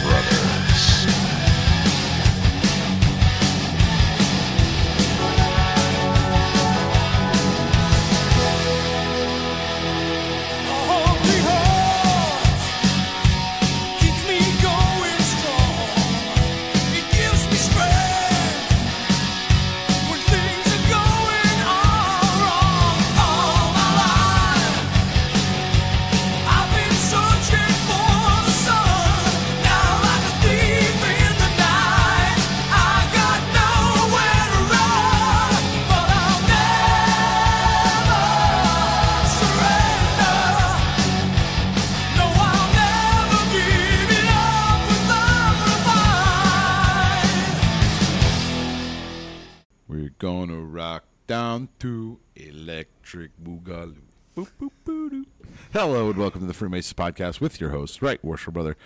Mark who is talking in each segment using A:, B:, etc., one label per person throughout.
A: brothers.
B: We're gonna rock down to Electric Boogaloo. Boop, boop, boo-doo. Hello and welcome to the Freemasons Podcast with your host, right worshipful brother,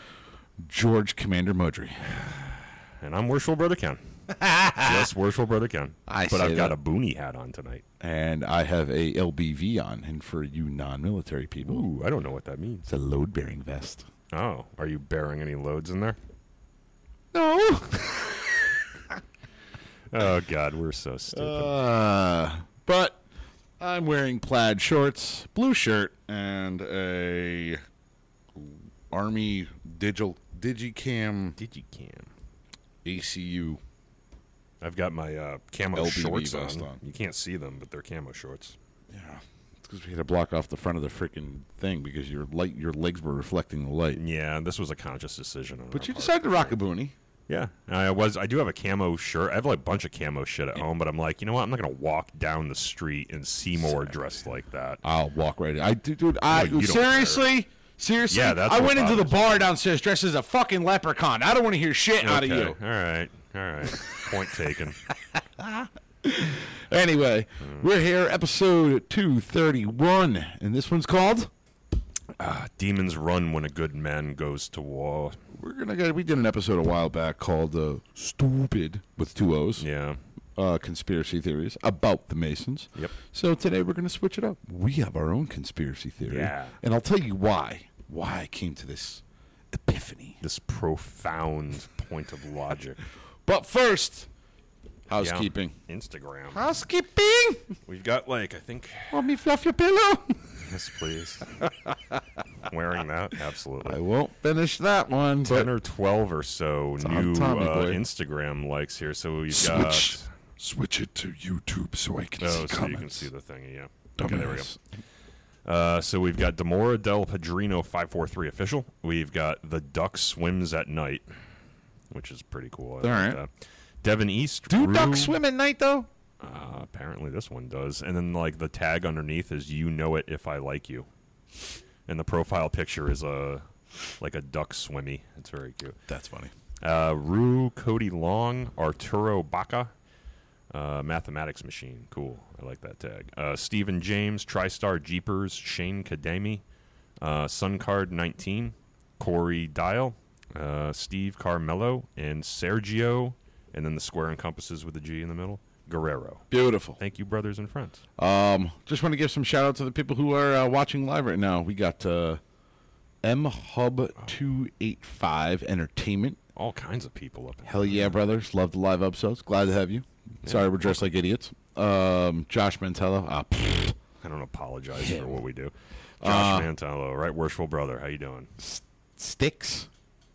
B: George Commander Modry.
C: And I'm Worshipful Brother Ken. yes, Worshipful Brother Ken.
B: I
C: but
B: say
C: I've got
B: that.
C: a boonie hat on tonight.
B: And I have a LBV on, and for you non-military people,
C: Ooh, I don't know what that means.
B: it's a load-bearing vest.
C: Oh, are you bearing any loads in there?
B: No.
C: Oh God, we're so stupid.
B: Uh, but I'm wearing plaid shorts, blue shirt, and a Army digital digicam
C: Digicam.
B: ACU
C: I've got my uh, camo
B: LBB
C: shorts
B: vest
C: on.
B: on.
C: You can't see them, but they're camo shorts.
B: Yeah, it's because we had to block off the front of the freaking thing because your light, your legs were reflecting the light.
C: Yeah, this was a conscious decision. On
B: But
C: our
B: you
C: part.
B: decided to rock a boonie.
C: Yeah, I was. I do have a camo shirt. I have like a bunch of camo shit at home, but I'm like, you know what? I'm not gonna walk down the street and see more dressed like that.
B: I'll walk right. In. I do, dude. I
C: No, you don't
B: seriously, seriously.
C: Yeah, that's
B: I
C: what
B: went into the
C: bothers
B: bar downstairs dressed as a fucking leprechaun. I don't want to hear shit out of
C: Okay,
B: you.
C: All right, all right. Point taken.
B: Anyway, we're here, episode two thirty one, and this one's called.
C: Demons run when a good man goes to war.
B: We're gonna get. We did an episode a while back called uh, "Stupid" with two O's.
C: Yeah.
B: uh, conspiracy theories about the Masons.
C: Yep.
B: So today we're going to switch it up. We have our own conspiracy theory.
C: Yeah.
B: And I'll tell you why. Why I came to this epiphany.
C: This profound point of logic.
B: But first,
C: Yeah.
B: housekeeping.
C: Instagram.
B: Housekeeping.
C: We've got like I think
B: Want me to fluff your pillow?
C: yes please. Wearing that? Absolutely.
B: I won't finish that one.
C: Ten
B: But
C: or twelve or so
B: on
C: new
B: Tommy
C: uh,
B: Boy.
C: Instagram likes here. So we've
B: switch,
C: got
B: switch it to YouTube so I can
C: Oh,
B: see
C: so
B: comments.
C: you can see the thing, yeah. Okay, there we go.
B: Dumbass.
C: Uh, so we've got Demora Del Padrino five four three official. We've got the Duck swims at night, which is pretty cool.
B: All
C: I like
B: right.
C: that. Devin East.
B: Do
C: Rue-
B: ducks swim at night though?
C: Uh, apparently, this one does. And then, like, the tag underneath is "You know it if I like you," and the profile picture is a like a duck swimmy. It's very cute.
B: That's funny.
C: Uh, Rue Cody Long, Arturo Baca, uh, Mathematics Machine. Cool. I like that tag. Uh, Stephen James, TriStar Jeepers, Shane Kadami, uh, Suncard 19, Corey Dial, uh, Steve Carmelo, and Sergio, and then the square encompasses with the G in the middle, Guerrero.
B: Beautiful.
C: Thank you, brothers and friends.
B: Um, just want to give some shout out to the people who are uh, watching live right now. We got uh, M Hub two eight five Entertainment.
C: All kinds of people up. in-
B: Hell yeah, brothers! Love the live episodes. Glad to have you. Sorry, we're dressed like idiots. Um, Josh Mantello. Ah, pfft.
C: I don't apologize for what we do. Josh Mantello, right worshipful brother. How you doing?
B: Sticks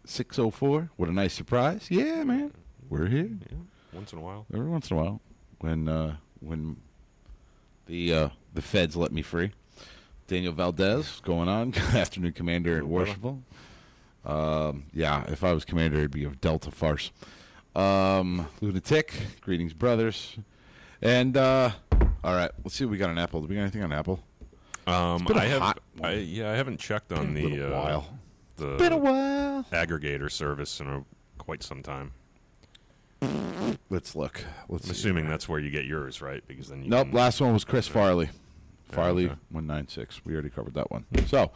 B: six oh four. What a nice surprise! Yeah, man, we're here
C: Yeah, once in a while.
B: every once in a while when uh, when the uh, the feds let me free. Daniel Valdez, going on? Good afternoon, Commander and
C: brother.
B: Worshipful. Um, yeah, if I was commander, it'd be of Delta Farce. Um, Lunatic, greetings, brothers. And uh, all right, let's see what we got on Apple. Do we got anything on Apple?
C: Um,
B: been a
C: I have,
B: hot
C: I, yeah, I haven't checked on
B: Been a
C: the
B: little
C: uh,
B: while.
C: the
B: Been a while.
C: aggregator service in a, quite some time.
B: Let's look. Let's
C: I'm
B: see.
C: assuming that's where you get yours, right? Because then you
B: Nope.
C: can-
B: Last one was Chris Farley. Farley Hmm.
C: okay.
B: one nine six. We already covered that one. So,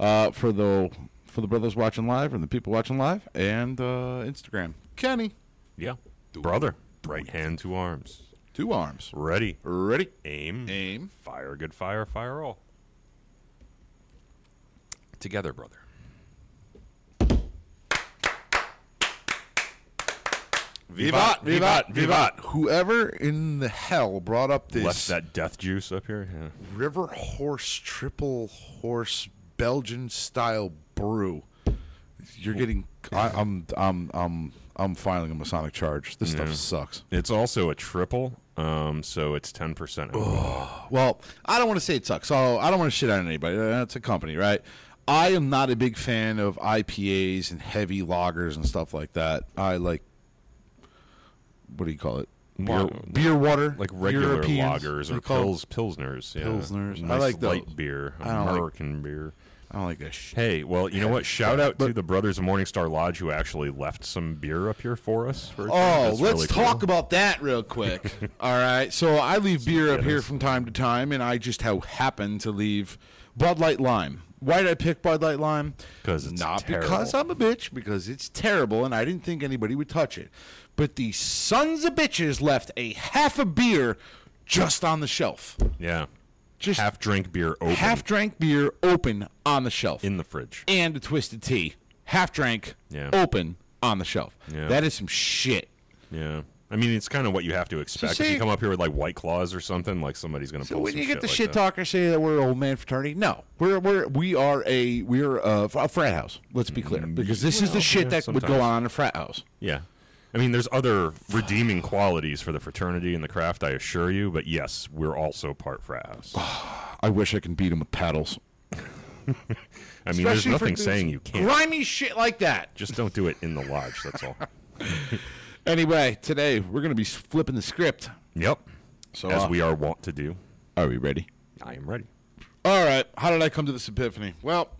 B: uh, for the for the brothers watching live and the people watching live and uh, Instagram, Kenny.
C: yeah, brother, right hand, two arms.
B: Two arms.
C: Ready.
B: Ready?
C: Aim.
B: Aim.
C: Fire, good fire, fire all. Together, brother.
B: Vivat, vivat, vivat. Whoever in the hell brought up this
C: Left that death juice up here. Yeah.
B: river horse triple horse Belgian style brew. You're getting. I, I'm. I'm. I'm. I'm filing a Masonic charge. This stuff sucks.
C: It's also a triple, um, so it's ten percent.
B: Well, I don't want to say it sucks. So I don't want to shit on anybody. Uh, That's a company, right? I am not a big fan of IPAs and heavy lagers and stuff like that. I like. What do you call it? Beer,
C: Wa-
B: beer water,
C: Like regular
B: Europeans,
C: lagers
B: they
C: or
B: call it.
C: pils, pilsners. Yeah.
B: Pilsners. I
C: Nice
B: like those.
C: light beer,
B: I don't like-
C: American beer.
B: I don't like that shit.
C: Hey, well, you know what? Shout out to the brothers of Morningstar Lodge who actually left some beer up here for us. For a treat.
B: Oh,
C: That's
B: let's
C: really
B: talk
C: cool.
B: about that real quick. All right. So I leave beer up
C: Yeah,
B: here
C: that's-
B: from time to time, and I just how happened to leave Bud Light Lime. Why did I pick Bud Light Lime?
C: 'Cause it's
B: not
C: terrible.
B: because I'm a bitch, because it's terrible, and I didn't think anybody would touch it. But the sons of bitches left a half a beer just on the shelf,
C: yeah,
B: just half,
C: half drink beer open
B: drank beer open on the shelf,
C: in the fridge.
B: and a twisted tea, half drank,
C: Yeah.
B: open on the shelf.
C: Yeah.
B: That is some shit.
C: Yeah. I mean, it's kind of what you have to expect. if
B: see-
C: you come up here with like white claws or something, like somebody's going to
B: So
C: pull
B: when
C: some
B: you get
C: shit
B: the
C: like
B: shit
C: that.
B: talker say that we're an old man fraternity, no, we're we're we are a we're a, a frat house. Let's be clear, because this is the
C: well,
B: shit
C: yeah,
B: that would go
C: sometimes.
B: on in a frat house.
C: Yeah. I mean, there's other redeeming qualities for the fraternity and the craft, I assure you. But yes, we're also part frat house.
B: I wish I could beat them with paddles.
C: I mean, there's nothing saying you can't.
B: grimy shit like that.
C: Just don't do it in the lodge. That's all.
B: Anyway, today we're gonna be flipping the script.
C: yep.
B: So
C: As
B: uh,
C: we are wont to do.
B: are we ready?
C: I am ready.
B: All right. How did I come to this epiphany? Well,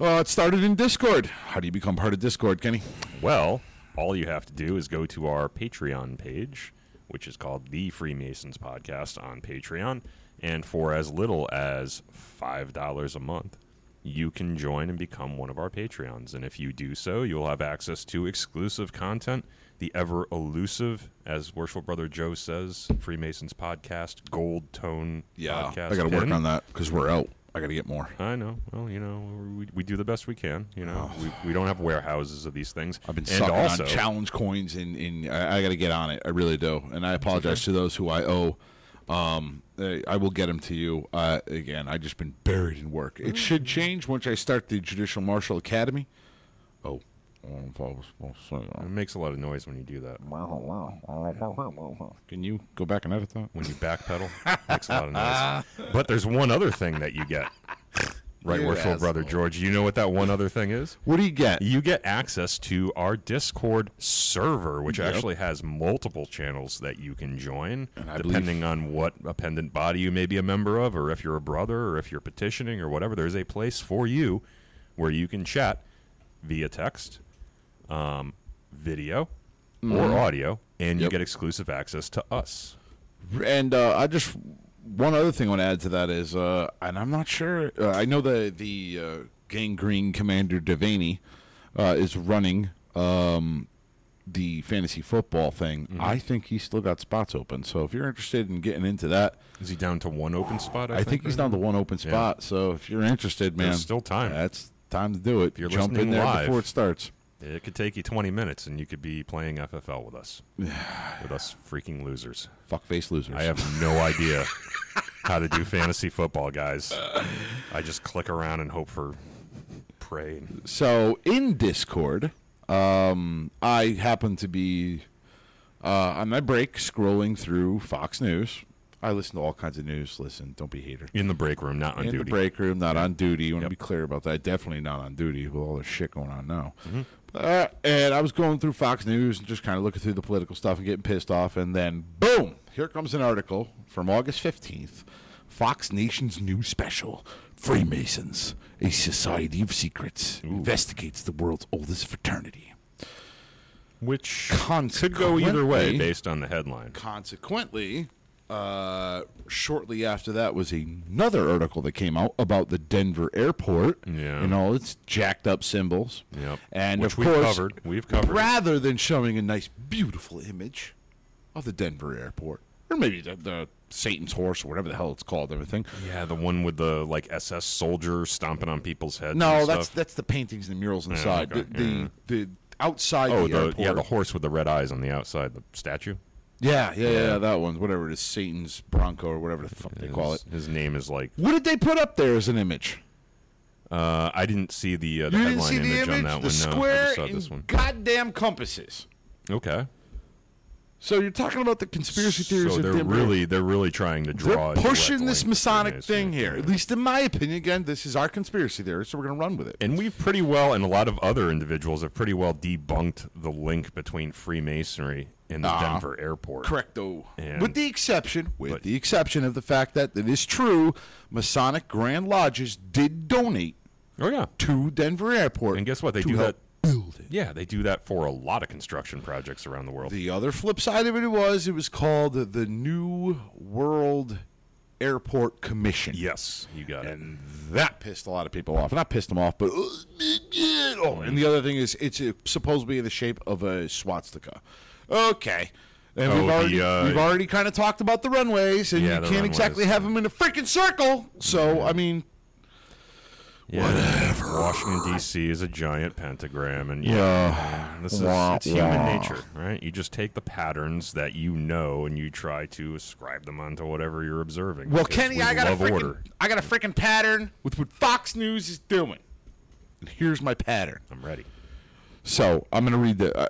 B: uh, it started in Discord. How do you become part of Discord, Kenny?
C: Well, all you have to do is go to our Patreon page, which is called The Freemasons Podcast on Patreon. And for as little as $5 a month, you can join and become one of our Patreons. And if you do so, you'll have access to exclusive content, the ever elusive, as Worshipful Brother Joe says, Freemasons Podcast, Gold Tone Podcast.
B: I got to work
C: pin.
B: on that because we're out. I got to get more.
C: I know. Well, you know, we, we do the best we can. You know, we, we don't have warehouses of these things.
B: Oh. I've been
C: and
B: sucking
C: also,
B: on challenge coins, and, and I, I got to get on it. I really do, and I apologize to those who I owe. Um, uh, I will get them to you uh, again. I just been buried in work. It should change once I start the Judicial Marshall Academy. Oh, I don't know if I was supposed to say
C: It
B: that.
C: makes a lot of noise when you do that.
B: Can you go back and edit that?
C: When you backpedal, it makes a lot of noise. But there's one other thing that you get. Right,
B: You
C: worshipful brother George. You know what that one other thing is?
B: What do you get?
C: You get access to our Discord server, which actually has multiple channels that you can join,
B: I believe-
C: depending on what appendant body you may be a member of, or if you're a brother, or if you're petitioning, or whatever. There's a place for you where you can chat via text, um, video, or audio, and you
B: Mm-hmm. Yep.
C: get exclusive access to us.
B: And uh, I just one other thing I want to add to that is, uh, and I'm not sure. Uh, I know the the uh, Gang Green Commander Devaney uh, is running um, the fantasy football thing.
C: Mm-hmm.
B: I think he's still got spots open. So if you're interested in getting into that,
C: Is he down to one open spot? I,
B: I, think he's
C: right
B: down to one open spot. So if you're interested, man,
C: There's still time.
B: That's time to do it.
C: you're
B: Jump in
C: listening
B: there
C: live.
B: before it starts.
C: now. It could take you 20 minutes, and you could be playing FFL with us, with us freaking losers.
B: Fuck face losers.
C: I have no idea how to do fantasy football, guys. I just click around and hope for pray. and-
B: so in Discord, um, I happen to be uh, on my break scrolling through Fox News. I listen to all kinds of news. Listen, don't be a hater.
C: In the break room, not on
B: in
C: duty.
B: the break room, not on duty. You want to
C: Yep.
B: be clear about that. Definitely not on duty with all this shit going on now.
C: Mm-hmm.
B: Uh, and I was going through Fox News and just kind of looking through the political stuff and getting pissed off. And then, boom, here comes an article from August 15th Fox Nation's new special Freemasons, a society of secrets, investigates the world's oldest fraternity.
C: Which could go
B: Consequently-
C: either way based on the headline.
B: consequently, uh, shortly after that was another article that came out about the Denver airport
C: Yeah.
B: and all its jacked up symbols.
C: Yep.
B: And
C: Which
B: of
C: we've
B: course,
C: covered. We've covered.
B: rather than showing a nice, beautiful image of the Denver airport, or maybe the, the Satan's horse or whatever the hell it's called. Everything.
C: Yeah, the one with the like SS soldier stomping on people's heads.
B: No,
C: and
B: that's
C: stuff.
B: that's the paintings and the murals inside.
C: okay,
B: The, the, the outside
C: oh,
B: the,
C: the,
B: airport.
C: yeah, the horse with the red eyes on the outside, the statue.
B: yeah, yeah, yeah, that one. Whatever it is, Satan's Bronco or whatever the fuck they call it.
C: His- His name is like
B: What did they put up there as an image?
C: Uh, I didn't see the, uh, the
B: You
C: headline
B: didn't see the
C: image,
B: image,
C: on
B: the
C: that one. no, I
B: square
C: just saw
B: and
C: this one.
B: goddamn compasses.
C: Okay,
B: So you're talking about the conspiracy theories
C: so
B: of
C: they're
B: them
C: really they're really trying to
B: they're
C: draw. a
B: pushing
C: direct
B: this
C: link
B: Masonic
C: between
B: thing
C: this.
B: here. At least in my opinion, again, this is our conspiracy theory, so we're gonna run with it.
C: And we've pretty well, and a lot of other individuals have pretty well debunked the link between Freemasonry and the
B: Uh-huh.
C: Denver airport.
B: Correcto.
C: And-
B: with the exception, with
C: but-
B: the exception of the fact that it is true, Masonic Grand Lodges did donate
C: Oh yeah.
B: to Denver Airport.
C: And guess what? They
B: to
C: do
B: help
C: that.
B: Build it.
C: Yeah, they do that for a lot of construction projects around the world.
B: The other flip side of it was it was called the New World Airport Commission.
C: yes, you got it.
B: And that pissed a lot of people off. Not pissed them off, but. Oh, and the other thing is, it's uh, supposed to be in the shape of a swastika. Okay. And
C: Oh,
B: we've
C: the,
B: already,
C: uh,
B: we've already kind of talked about the runways, and you
C: Yeah, the
B: can't
C: runways.
B: exactly have them in a freaking circle. So, I mean,
C: Yeah. Whatever. Washington D.C. is a giant pentagram, and yeah,
B: Yeah.
C: this is
B: Wah,
C: it's human
B: wah.
C: nature, right? You just take the patterns that you know and you try to ascribe them onto whatever you're observing.
B: well,
C: because
B: Kenny,
C: we
B: I got a
C: love
B: freaking,
C: order.
B: I got a freaking pattern with what Fox News is doing. And here's my pattern.
C: I'm ready.
B: So I'm going to read the. Uh,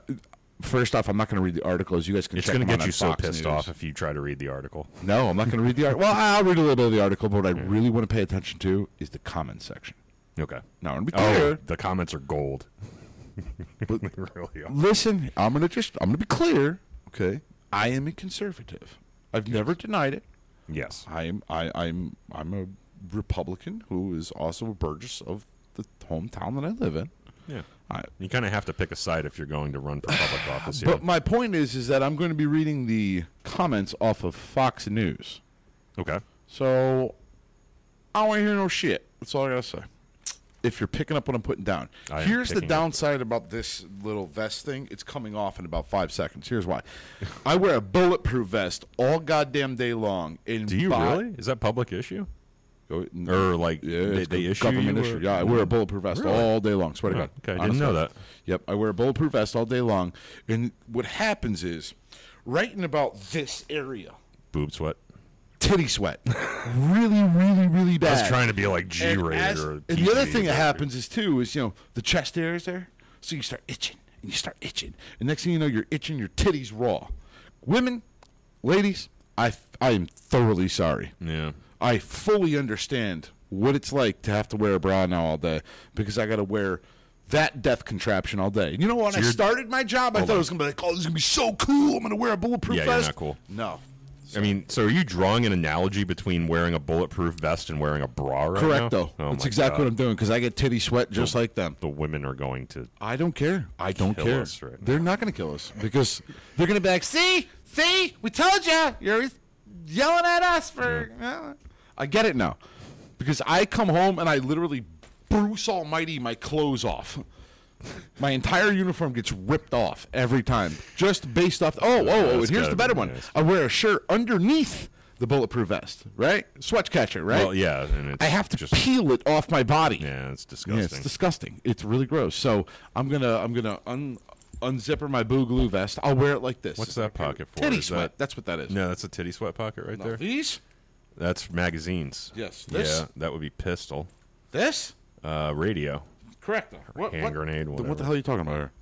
B: first off, I'm not going to read the articles. You guys can.
C: It's
B: check
C: going to
B: them out
C: get
B: on
C: you so
B: Fox
C: pissed
B: News.
C: off if you try to read the article.
B: No, I'm not going to read the article. Well, I'll read a little bit of the article, but what I really want to pay attention to is the comment section.
C: Okay.
B: Now, to be
C: Oh,
B: clear,
C: the comments are gold.
B: But-
C: they really are.
B: listen, I'm going to just I'm going to be clear. Okay, I am a conservative. I've never denied it.
C: Yes.
B: I'm I, I'm I'm a Republican who is also a Burgess of the hometown that I live in.
C: Yeah.
B: I,
C: You kind of have to pick a side if you're going to run for public office here.
B: But my point is, is that I'm going to be reading the comments off of Fox News.
C: okay.
B: So I don't want to hear no shit. That's all I gotta say. If you're picking up what I'm putting down,
C: I am
B: here's the
C: picking up.
B: downside about this little vest thing. It's coming off in about five seconds. Here's why. I wear a bulletproof vest all goddamn day long. And
C: Do you
B: buy-
C: really? Is that public issue?
B: Go- n-
C: Or like
B: yeah,
C: they,
B: it's
C: they
B: a
C: issue
B: government
C: you
B: issue.
C: a-
B: Yeah, I wear a bulletproof vest
C: Really?
B: all day long. Swear to
C: Oh,
B: God.
C: okay, I
B: Honest
C: didn't know
B: to
C: that.
B: God. Yep, I wear a bulletproof vest all day long. And what happens is, right in about this area,
C: boob sweat.
B: titty sweat, really, really, really bad.
C: I was trying to be like G
B: And,
C: rated
B: as-
C: or
B: and the other
C: PG,
B: thing that
C: but-
B: happens is too is you know the chest area is there, so you start itching and you start itching, and next thing you know you're itching your titties raw. Women, ladies, I I am thoroughly sorry.
C: Yeah.
B: I fully understand what it's like to have to wear a bra now all day because I got to wear that death contraption all day. You know when I
C: you're-
B: started my job, I
C: Hold
B: thought
C: on.
B: it was gonna be like, oh, this is gonna be so cool. I'm gonna wear a bulletproof
C: Yeah, you're
B: vest.
C: not cool.
B: No.
C: I mean, so are you drawing an analogy between wearing a bulletproof vest and wearing a bra right
B: Correct
C: now?
B: though.
C: Oh
B: That's
C: my
B: exactly
C: God.
B: what I'm doing because I get titty sweat just like them.
C: the women are going to.
B: I don't care. I don't
C: Kill
B: care.
C: us right now.
B: they're not going to kill us because they're going to be like, "See, see, we told you. You're always yelling at us for." I get it now, because I come home and I literally Bruce Almighty my clothes off. My entire uniform gets ripped off every time, just based off. Oh, oh, oh! And here's
C: That's gotta
B: the better
C: be
B: one.
C: nice.
B: I wear a shirt underneath the bulletproof vest, right? Sweat catcher, right?
C: Well, yeah, and it's
B: I have to
C: just
B: peel it off my body.
C: yeah, it's
B: Yeah,
C: disgusting.
B: it's disgusting. It's really gross. So I'm gonna I'm gonna un unzipper my boogaloo vest. I'll wear it like this.
C: What's that pocket for?
B: Titty
C: Is
B: sweat.
C: that-
B: That's what that is.
C: no, that's a titty sweat pocket right there.
B: These?
C: That's magazines.
B: Yes,
C: Yeah,
B: this?
C: that would be pistol.
B: This?
C: Uh, radio.
B: Correct. What,
C: Hand
B: what-
C: grenade.
B: Then
C: Whatever.
B: what the hell are you talking about here?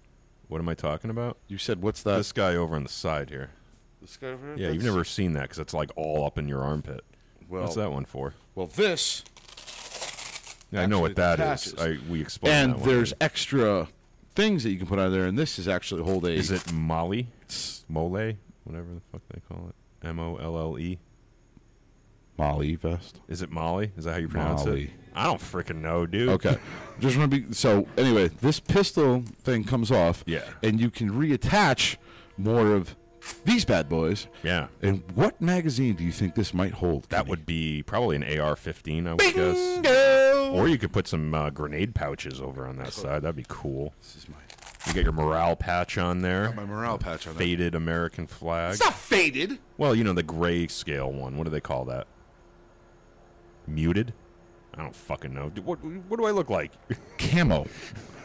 C: What am I talking about?
B: You said what's that?
C: this guy over on the side here.
B: this guy over here?
C: Yeah, you've
B: That's-
C: never seen that because it's like all up in your armpit.
B: Well,
C: What's that one for?
B: Well, this.
C: Yeah, I know what that is. I,
B: detaches.
C: we explained. that
B: And
C: one.
B: there's extra things that you can put on there, and this is actually hold a.
C: Is it Molly? Mole? Whatever the fuck they call it. M O L L E.
B: Molly vest?
C: Is it Molly? Is that how you pronounce it?
B: Molly.
C: I don't freaking know, dude.
B: Okay. Just want to be so. Anyway, this pistol thing comes off.
C: Yeah.
B: And you can reattach more of these bad boys.
C: Yeah.
B: And what magazine do you think this might hold?
C: That would be probably an AR 15, I would guess.
B: Bingo!
C: Or you could put some uh, grenade pouches over on that side. That'd be cool.
B: This is my
C: You got your morale patch on there.
B: Got my morale patch on it.
C: Faded American flag.
B: It's not faded.
C: Well, you know the grayscale one. What do they call that? Muted. I don't fucking know. Dude, What what do I look like?
B: Camo.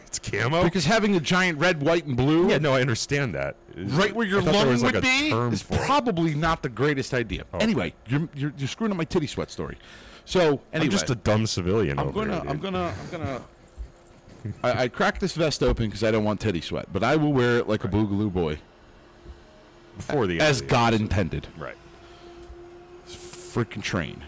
C: it's camo.
B: Because having a giant red, white, and blue
C: yeah, no, I understand that. It's-
B: right where your
C: I thought there
B: lung
C: was,
B: would
C: like, a
B: be
C: term
B: is
C: for it. Oh.
B: probably not the greatest idea. Anyway, you're, you're you're screwing up my titty sweat story. So anyway,
C: I'm just a dumb civilian
B: I'm
C: over
B: gonna,
C: here. dude.
B: I'm gonna, I'm gonna. I, I cracked this vest open because I don't want titty sweat, but I will wear it like a boogaloo boy,
C: before the
B: as
C: idea.
B: God intended.
C: Right.
B: Freaking train.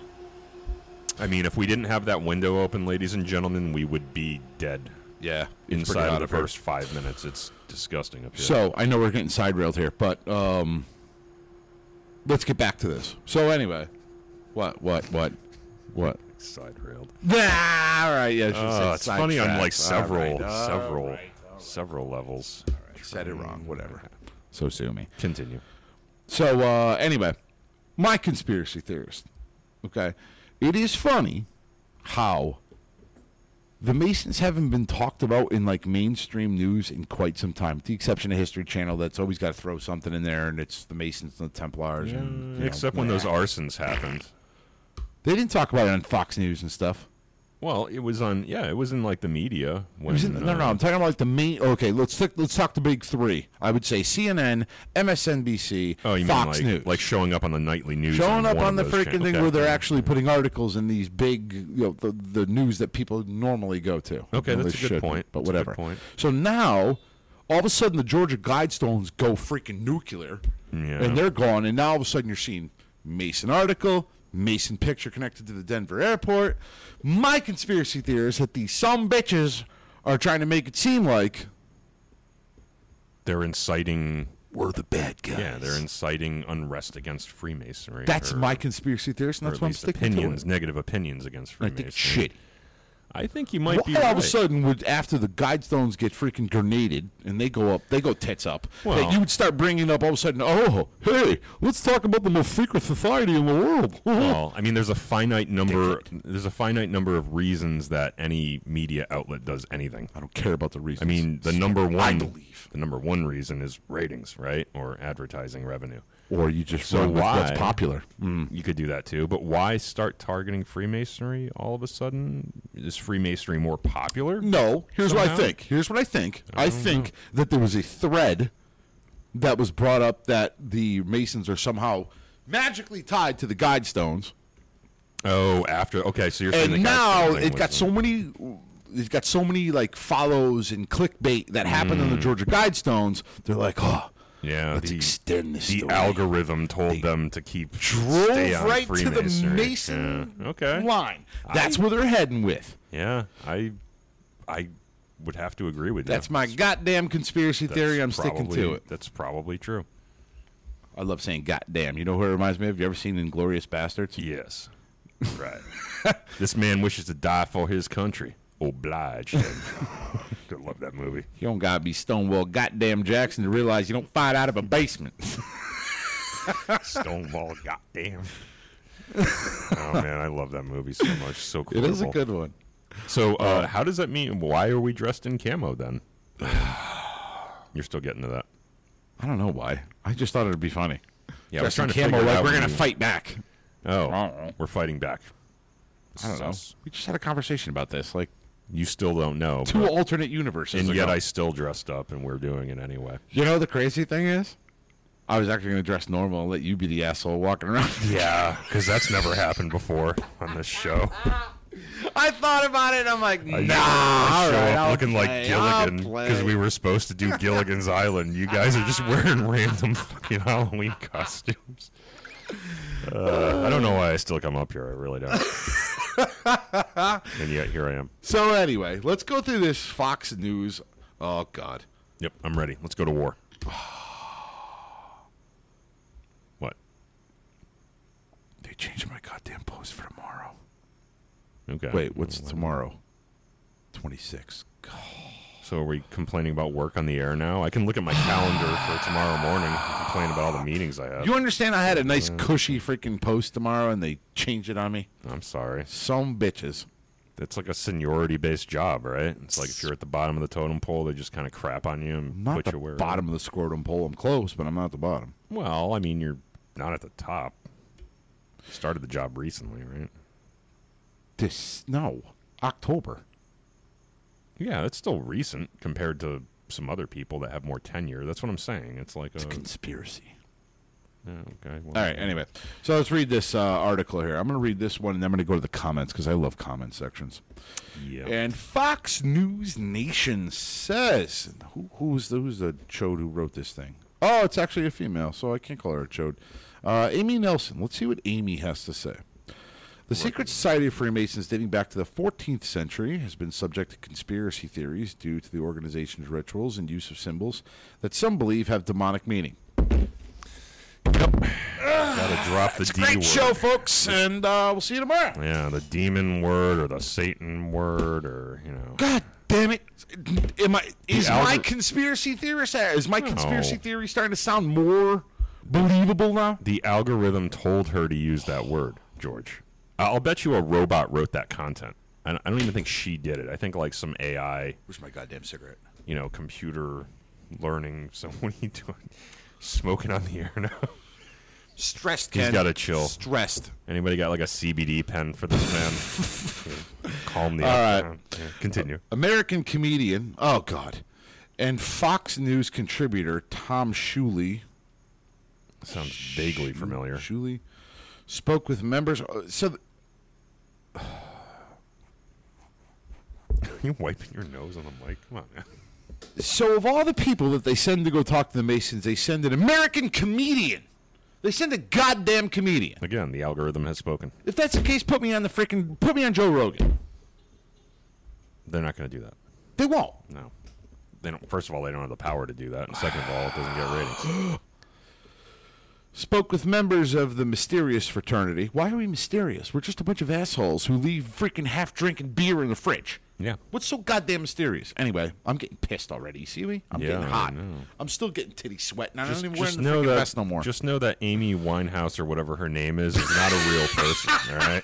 C: I mean, if we didn't have that window open, ladies and gentlemen, we would be dead
B: Yeah,
C: inside of the first five minutes. It's disgusting up here.
B: So I know we're getting side railed here, but um, let's get back to this. So anyway, what, what, what, what?
C: side railed.
B: Ah, all right, yeah. I should
C: Oh,
B: say
C: it's funny on like
B: sidetracked. All
C: several,
B: right, all
C: several, several levels.
B: Said it wrong. Whatever. "Hmm, So sue me.
C: Continue.
B: So uh, anyway, my conspiracy theorist. Okay, it is funny how the Masons haven't been talked about in like mainstream news in quite some time, with the exception of History Channel. That's always got to throw something in there, and it's the Masons and the Templars. and, you know,
C: Except when those arsons happened.
B: they didn't talk about it on Fox News and stuff.
C: Well, it was on. Yeah, it was in like the media. When,
B: Is it- no, no,
C: uh,
B: I'm talking about like the main. Okay, let's th- let's talk the big three. I would say CNN, MSNBC,
C: Oh, you
B: Fox
C: mean like,
B: News,
C: like showing up on the nightly news?
B: showing up
C: one
B: on the
C: of those
B: freaking
C: channels.
B: thing
C: Okay.
B: where they're actually putting articles in these big, you know, the, the news that people normally go to.
C: Okay,
B: Well, they
C: that's a good
B: shouldn't,
C: point.
B: But
C: That's a good
B: whatever.
C: point.
B: So now, all of a sudden, the Georgia Guidestones go freaking nuclear,
C: Yeah.
B: and they're gone. And now all of a sudden, you're seeing Mason article. Mason picture connected to the Denver airport. My conspiracy theory is that these some bitches are trying to make it seem like
C: they're inciting.
B: we're the bad guys.
C: Yeah, they're inciting unrest against Freemasonry.
B: That's
C: or-
B: my conspiracy theorist, and
C: or
B: that's
C: at
B: why I'm
C: least
B: sticking
C: opinions,
B: to it.
C: negative opinions against
B: I
C: Freemasonry.
B: think it's shitty.
C: I think you might be
B: Well, all
C: right.
B: of a sudden, would after the guidestones get freaking grenaded and they go up, they go tits up.
C: Well-
B: that you would start bringing up all of a sudden. Oh, hey, let's talk about the most secret society in the world.
C: Well, I mean, there's a finite number. There's a finite number of reasons that any media outlet does anything.
B: I don't care about the reasons.
C: I mean, the number one.
B: believe.
C: The number one reason is ratings, right, or advertising revenue.
B: or you just
C: So
B: run with what's
C: why?
B: popular.
C: You could do that too, but why start targeting Freemasonry all of a sudden? Is Freemasonry more popular?
B: No, here's what I
C: Somehow?
B: think. Here's what I think. I think that there was a thread that was brought up that the Masons are somehow magically tied to the guidestones.
C: Oh, after okay, so you're saying the
B: and now
C: Guidestones thing
B: it got
C: was-
B: so many it's got so many like follows and clickbait that happened on the Georgia Guidestones. They're like, oh,
C: yeah.
B: let's
C: Mm. the,
B: extend this.
C: the
B: story."
C: algorithm told them to keep
B: drove
C: stay on
B: right to the
C: Freemasonry.
B: Mason
C: Yeah. Okay,
B: line. That's where they're heading with.
C: Yeah, I, I would have to agree with you.
B: That's my goddamn conspiracy
C: That's
B: theory. I'm sticking to
C: probably-
B: it.
C: That's probably true.
B: I love saying goddamn. You know who it reminds me of? You ever seen Inglorious Bastards?
C: Yes, right. this man wishes to die for his country. Oblige. him. I love that movie.
B: You don't gotta be Stonewall goddamn Jackson to realize you don't fight out of a basement.
C: Stonewall. Goddamn. oh man, I love that movie so much. So cool.
B: it is a good one.
C: So, uh, how does that mean? Why are we dressed in camo then? You're still getting to that.
B: I don't know why. I just thought it'd be funny.
C: Yeah, I was
B: Dressed in
C: trying to figure
B: like
C: out
B: we're gonna
C: when-
B: fight back.
C: Oh, we're fighting back.
B: I don't know. We just had a conversation about this, like
C: You still don't know.
B: two
C: but-
B: alternate universes.
C: and
B: ago.
C: yet I still dressed up, and we're doing it anyway.
B: you know, the crazy thing is, I was actually going to dress normal and let you be the asshole walking around.
C: Yeah, because that's never happened before on this show.
B: I thought about it. and I'm like,
C: I
B: nah.
C: show
B: all right,
C: up
B: I'll
C: looking like
B: play, I'll
C: Gilligan because
B: play.
C: we were supposed to do Gilligan's Island. You guys are just wearing random fucking Halloween costumes. Uh, I don't know why I still come up here. I really don't. and yet here I am.
B: So anyway, let's go through this Fox News. Oh God,
C: Yep, I'm ready. Let's go to war. What?
B: they changed my goddamn post for tomorrow.
C: Okay.
B: Wait, what's tomorrow? Twenty six.
C: So are we complaining about work on the air now? I can look at my calendar for tomorrow morning and complain about all the meetings I have.
B: You understand? I had a nice cushy freaking post tomorrow, and they changed it on me.
C: I'm sorry.
B: Some bitches.
C: That's like a seniority based job, right? It's like if you're at the bottom of the totem pole, they just kind of crap on you and
B: I'm not
C: put
B: the
C: you where
B: bottom of the scrotum pole. I'm close, but I'm not at the bottom.
C: Well, I mean, you're not at the top. Started the job recently, right?
B: This no October.
C: Yeah, that's still recent compared to some other people that have more tenure. That's what I'm saying. It's like a,
B: It's a conspiracy.
C: yeah, okay. well,
B: Uh. All right. Anyway, so let's read this uh, article here. I'm going to read this one, and then I'm going to go to the comments because I love comment sections.
C: Yeah.
B: And Fox News Nation says, who, who's the who's the chode who wrote this thing? Oh, it's actually a female, so I can't call her a chode. Uh, Amy Nelson. Let's see what Amy has to say. The secret society of Freemasons, dating back to the 14th century, has been subject to conspiracy theories due to the organization's rituals and use of symbols that some believe have demonic meaning.
C: Gotta drop the D word.
B: folks, and uh, we'll see you tomorrow.
C: Yeah, the demon word or the Satan word or you know.
B: God damn it! Am I is my
C: algor-
B: conspiracy theorist is my conspiracy theory starting to sound more believable now?
C: The algorithm told her to use that word, George. I- I'll bet you a robot wrote that content. I don't, I don't even think she did it. I think like some AI,
B: Where's my goddamn cigarette?
C: you know, computer learning. So what are you doing? Smoking on the air now.
B: Stressed.
C: He's
B: Ken.
C: gotta chill.
B: Stressed.
C: Anybody got like a CBD pen for this man? Yeah, Calm the. All
B: right.
C: down. Yeah, continue.
B: American comedian. Oh God. And Fox News contributor Tom Shuley
C: Sounds vaguely familiar.
B: Shuley spoke with members. So th-
C: Are you wiping your nose on the mic? Come on, man.
B: So, of all the people that they send to go talk to the Masons, they send an American comedian. They send a goddamn comedian.
C: Again, the algorithm has spoken.
B: If that's the case, put me on the freaking put me on Joe Rogan.
C: They're not going to do that.
B: They won't.
C: No. They don't. First of all, they don't have the power to do that, and second of all, it doesn't get ratings.
B: Spoke with members of the mysterious fraternity. Why are we mysterious? We're just a bunch of assholes who leave freaking half drinking beer in the fridge.
C: Yeah.
B: What's so goddamn mysterious? Anyway, I'm getting pissed already. You see me? I'm
C: Yeah,
B: getting
C: I
B: hot.
C: know.
B: I'm still getting titty sweat, and I don't even wear
C: Just
B: the
C: know
B: freaking
C: that.
B: vest no more.
C: Just know that Amy Winehouse or whatever her name is is not a real person. all right.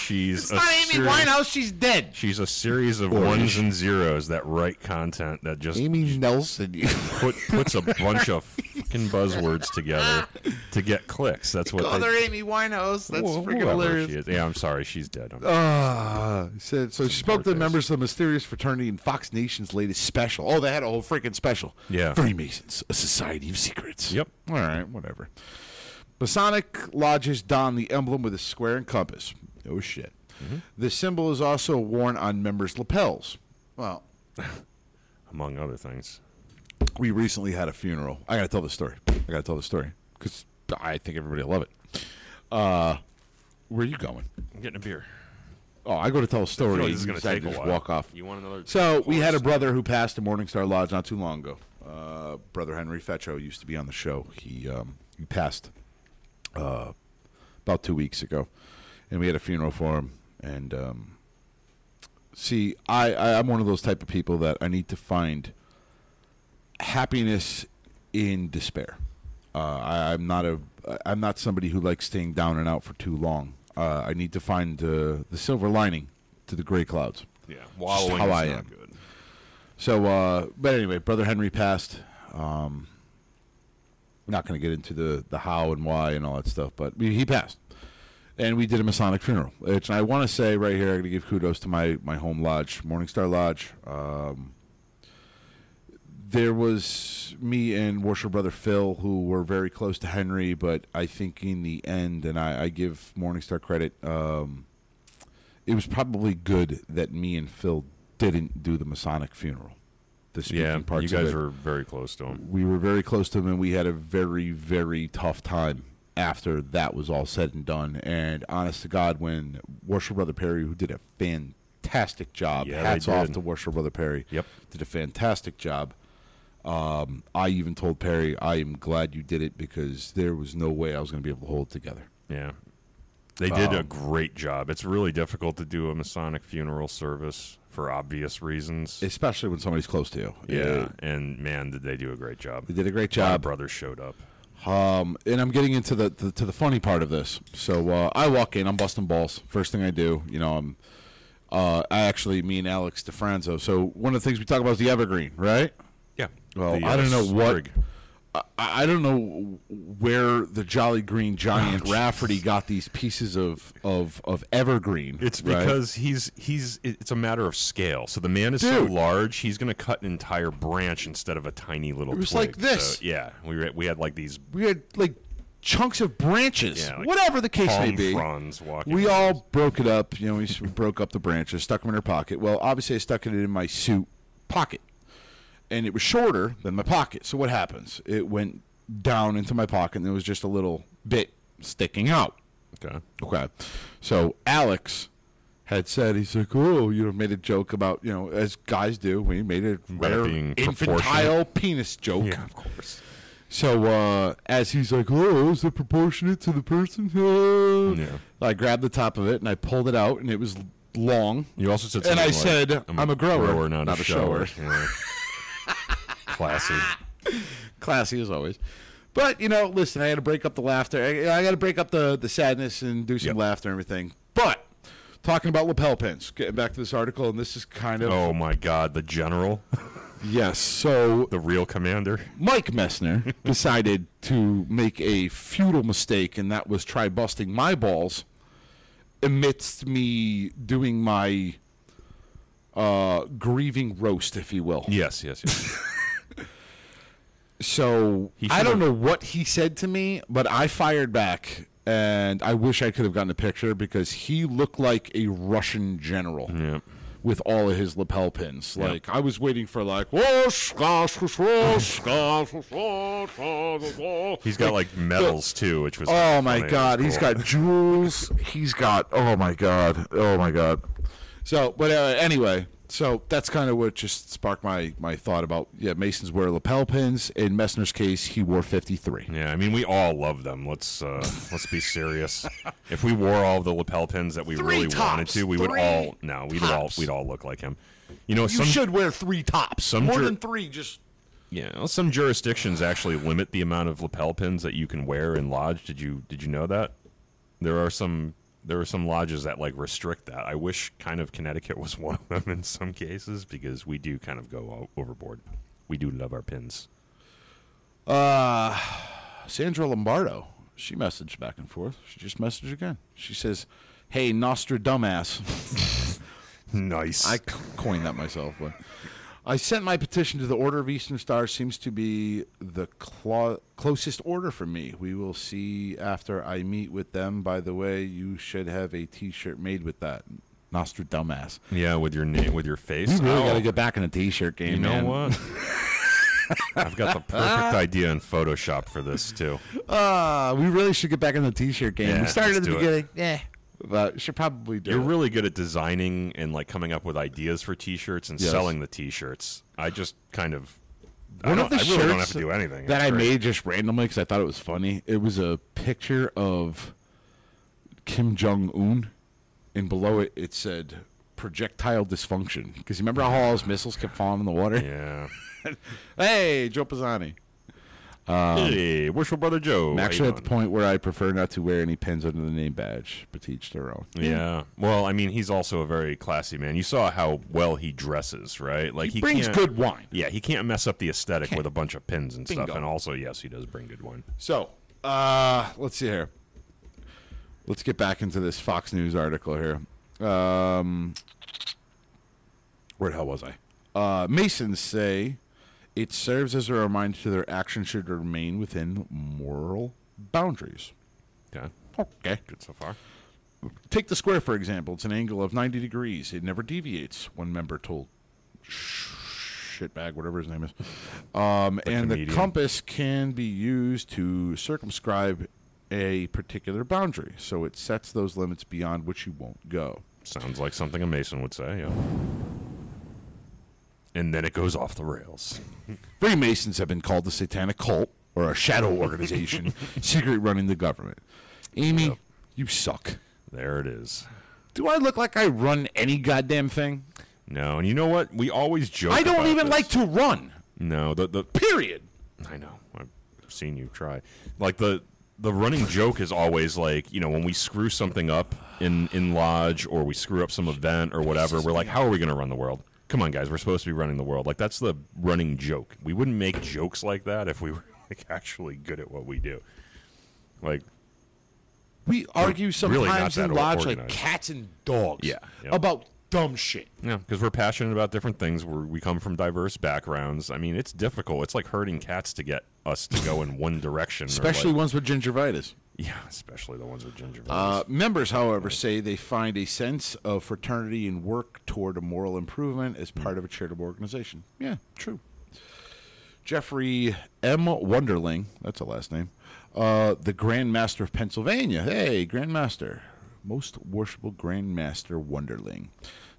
C: She's
B: it's
C: a
B: not Amy
C: series-
B: Winehouse. She's dead.
C: She's a series of ones and zeros that write content that just
B: Amy Nelson.
C: put puts a bunch of fucking buzzwords together to get clicks. That's what
B: Call
C: they.
B: her Amy Winehouse. That's
C: Wh-
B: freaking
C: whoever
B: hilarious. Uh,
C: She is. Yeah, I'm sorry, she's dead. um, I'm-
B: Ah, he said so. She spoke to
C: birthdays.
B: members of the mysterious fraternity in Fox Nation's latest special. Oh, they had a whole freaking special.
C: Yeah.
B: Freemasons, a society of secrets.
C: Yep.
B: All right, whatever. Masonic lodges don the emblem with a square and compass. Oh shit.
C: Mm-hmm.
B: The symbol is also worn on members' lapels. Well,
C: among other things.
B: we recently had a funeral. I gotta tell the story. I gotta tell the story because I think everybody will love it. Uh, where are you going?
C: I'm getting a beer.
B: Oh, I go to tell a
C: I
B: story.
C: feel like this is
B: You
C: gonna
B: decide
C: take
B: to
C: a
B: just
C: while.
B: Walk off.
C: You want another?
B: So we had a brother who passed at Morningstar Lodge not too long ago. Uh, brother Henry Fetcho used to be on the show. He um, he passed uh, about two weeks ago, and we had a funeral for him. And um, see, I, I I'm one of those type of people that I need to find happiness in despair. Uh, I, I'm not a I'm not somebody who likes staying down and out for too long. Uh, I need to find uh, the silver lining to the gray clouds.
C: Yeah,
B: wallowing
C: wallowing
B: how is
C: is
B: I
C: not
B: not am.
C: good.
B: So, uh, but anyway, Brother Henry passed. Um, not going to get into the, the how and why and all that stuff, but we, he passed. And we did a Masonic funeral. Which I want to say right here, I'm going to give kudos to my, my home lodge, Morningstar Lodge. Um, there was me and Worship Brother Phil, who were very close to Henry, but I think in the end, and I, I give Morningstar credit, um, it was probably good that me and Phil didn't do the Masonic funeral. The speaking
C: Yeah,
B: parts
C: you
B: of
C: guys
B: it
C: were very close to him.
B: we were very close to him and we had a very very tough time after that was all said and done and honest to god when worship brother perry who did a fantastic job
C: Yeah, they
B: hats off
C: did.
B: to worship brother perry
C: Yep.
B: did a fantastic job um, i even told perry i am glad you did it because there was no way i was going to be able to hold it together
C: Yeah, they did
B: Um,
C: a great job. It's really difficult to do a Masonic funeral service for obvious reasons.
B: especially when somebody's close to you
C: yeah, and man, did they do a great job.
B: they did a great
C: My
B: job
C: brother showed up.
B: Um, and I'm getting into the, the to the funny part of this. So uh, I walk in, I'm busting balls. First thing I do, you know, I'm Uh, I actually, me and Alex DeFranzo. So one of the things we talk about is the evergreen, right?
C: Yeah.
B: Well,
C: The,
B: I
C: uh,
B: don't know what.
C: sprig.
B: I, I don't know where the Jolly Green Giant Rafferty got these pieces of of of evergreen.
C: It's
B: right?
C: because he's he's it's a matter of scale. So the man is
B: Dude.
C: so large, he's going to cut an entire branch instead of a tiny little.
B: It was
C: twig.
B: like this.
C: So, yeah, we were, we had like these
B: we had like chunks of branches,
C: Yeah, like
B: whatever the case may
C: palm
B: be.
C: fronds walking.
B: We all broke it up. You know, we s- broke up the branches, stuck them in her pocket. Well, obviously, I stuck it in my suit pocket, and it was shorter than my pocket. So what happens? It went down into my pocket, and there was just a little bit sticking out.
C: Okay.
B: Okay. So Alex had said he's like, oh, you know, made a joke about you know, as guys do. We made a rare
C: being
B: infantile
C: proportionate.
B: penis joke.
C: Yeah, of course.
B: So uh, as he's like, "Oh, is it proportionate to the person?"
C: Yeah.
B: I grabbed the top of it and I pulled it out, and it was long.
C: You also said,
B: And
C: something
B: I
C: like,
B: said, "I'm a grower,
C: not, a, shower." Yeah. Classy.
B: Classy as always. But you know, listen, I had to break up the laughter. I, I got to break up the the sadness and do some
C: Yep.
B: laughter and everything. But talking about lapel pins, getting back to this article, and this is kind of
C: Oh my God, the general,
B: yes. So
C: the real commander.
B: Mike Messner decided to make a futile mistake, and that was try busting my balls amidst me doing my uh, grieving roast, if you will.
C: Yes, yes, yes.
B: So
C: He
B: I
C: should've-
B: don't know what he said to me, but I fired back, and I wish I could have gotten a picture because he looked like a Russian general.
C: yeah.
B: With all of his lapel pins,
C: Yep.
B: like I was waiting for, like
C: He's got like medals too, which was
B: Oh my
C: funny.
B: god,
C: It was
B: he's
C: cool.
B: got jewels. He's got oh my god, oh my god. So, but uh, anyway, so that's kind of what just sparked my my thought about yeah. Masons wear lapel pins. In Messner's case, he wore fifty three.
C: Yeah, I mean we all love them. Let's uh, let's be serious. If we wore all the lapel pins that we
B: Three
C: really wanted
B: tops.
C: to, we would
B: Three
C: all no, we'd all
B: tops.
C: we'd all look like him. You know, some
B: wear three tops.
C: some jur-
B: three, just
C: yeah, well, some jurisdictions actually limit the amount of lapel pins that you can wear in lodge. Did you did you know that? There are some there are some lodges that like restrict that. I wish kind of Connecticut was one of them in some cases because we do kind of go o- overboard. We do love our pins.
B: Sandra Lombardo. She messaged back and forth. She just messaged again. She says, "Hey, Nostra dumbass."
C: Nice.
B: I coined that myself, but I sent my petition to the Order of Eastern Star. Seems to be the clo- closest order for me. We will see after I meet with them. By the way, you should have a T-shirt made with that. Nostra dumbass.
C: yeah, with your name, with your face.
B: You really
C: Oh.
B: got to get back in the T-shirt game.
C: You know
B: man.
C: what? I've got the perfect idea in Photoshop for this too.
B: Uh, we really should get back in the T-shirt game.
C: Yeah,
B: we started at
C: let's
B: the
C: do it.
B: beginning. Yeah, but should probably do.
C: You're
B: it.
C: really good at designing and like coming up with ideas for T-shirts and
B: Yes.
C: selling the T-shirts. I just kind of, I,
B: One
C: don't,
B: of the
C: I really don't have
B: shirts
C: to do anything.
B: that
C: It's
B: I
C: great.
B: made just randomly because I thought it was funny. It was a picture of Kim Jong Un, and below it it said projectile dysfunction. Because remember how all his missiles kept falling in the water?
C: Yeah.
B: Hey, Joe Pisani.
C: hey, worship brother Joe.
B: I'm
C: how you
B: actually Um, at the
C: doing?
B: point where I prefer not to wear any pins under the name badge, but to each their own.
C: Yeah. Well, I mean, he's also a very classy man. You saw how well he dresses, right? Like he,
B: brings
C: can't-
B: good wine.
C: Yeah, he can't mess up the esthetic with a bunch of pins and
B: Bingo.
C: stuff. And also, yes, he does bring good wine.
B: So, uh, let's see here. Let's get back into this Fox News article here. Um, where the hell was I? Uh, Masons say it serves as a reminder to their actions should remain within moral boundaries.
C: Okay.
B: Okay.
C: Good so far.
B: Take the square, for example. It's an angle of 90 degrees. It never deviates, one member told sh- Shitbag, whatever his name is. Um, and the
C: comedian.
B: compass can be used to circumscribe a particular boundary. So it sets those limits beyond which you won't go.
C: Sounds like something a Mason would say, yeah. And then it goes off the rails.
B: Freemasons have been called the satanic cult or a shadow organization, secret running the government. Amy,
C: Yep.
B: you suck.
C: There it is.
B: Do I look like I run any goddamn thing?
C: No, and you know what? We always joke.
B: I don't
C: about
B: even
C: this.
B: like to run.
C: No, the the
B: Period.
C: I know. I've seen you try. Like the the running joke is always like, you know, when we screw something up in in lodge or we screw up some event or whatever, we're like, how are we going to run the world? Come on, guys, we're supposed to be running the world. Like that's the running joke. We wouldn't make jokes like that if we were like actually good at what we do. Like
B: We argue
C: really not
B: sometimes
C: that
B: in lodge like
C: organized.
B: cats and dogs
C: Yeah. Yep.
B: about dumb shit.
C: Yeah, because we're passionate about different things. We're, we come from diverse backgrounds. I mean, it's difficult. It's like herding cats to get us to go in one direction. or
B: Especially
C: like,
B: ones with gingivitis.
C: yeah, especially the ones with gingivitis.
B: Uh, members, however, say they find a sense of fraternity and work toward a moral improvement as part of a charitable organization. Yeah, true. Jeffrey M. Wonderling, that's a last name, uh, the Grand Master of Pennsylvania. Hey, Grand Master, most worshipful Grand Master Wonderling,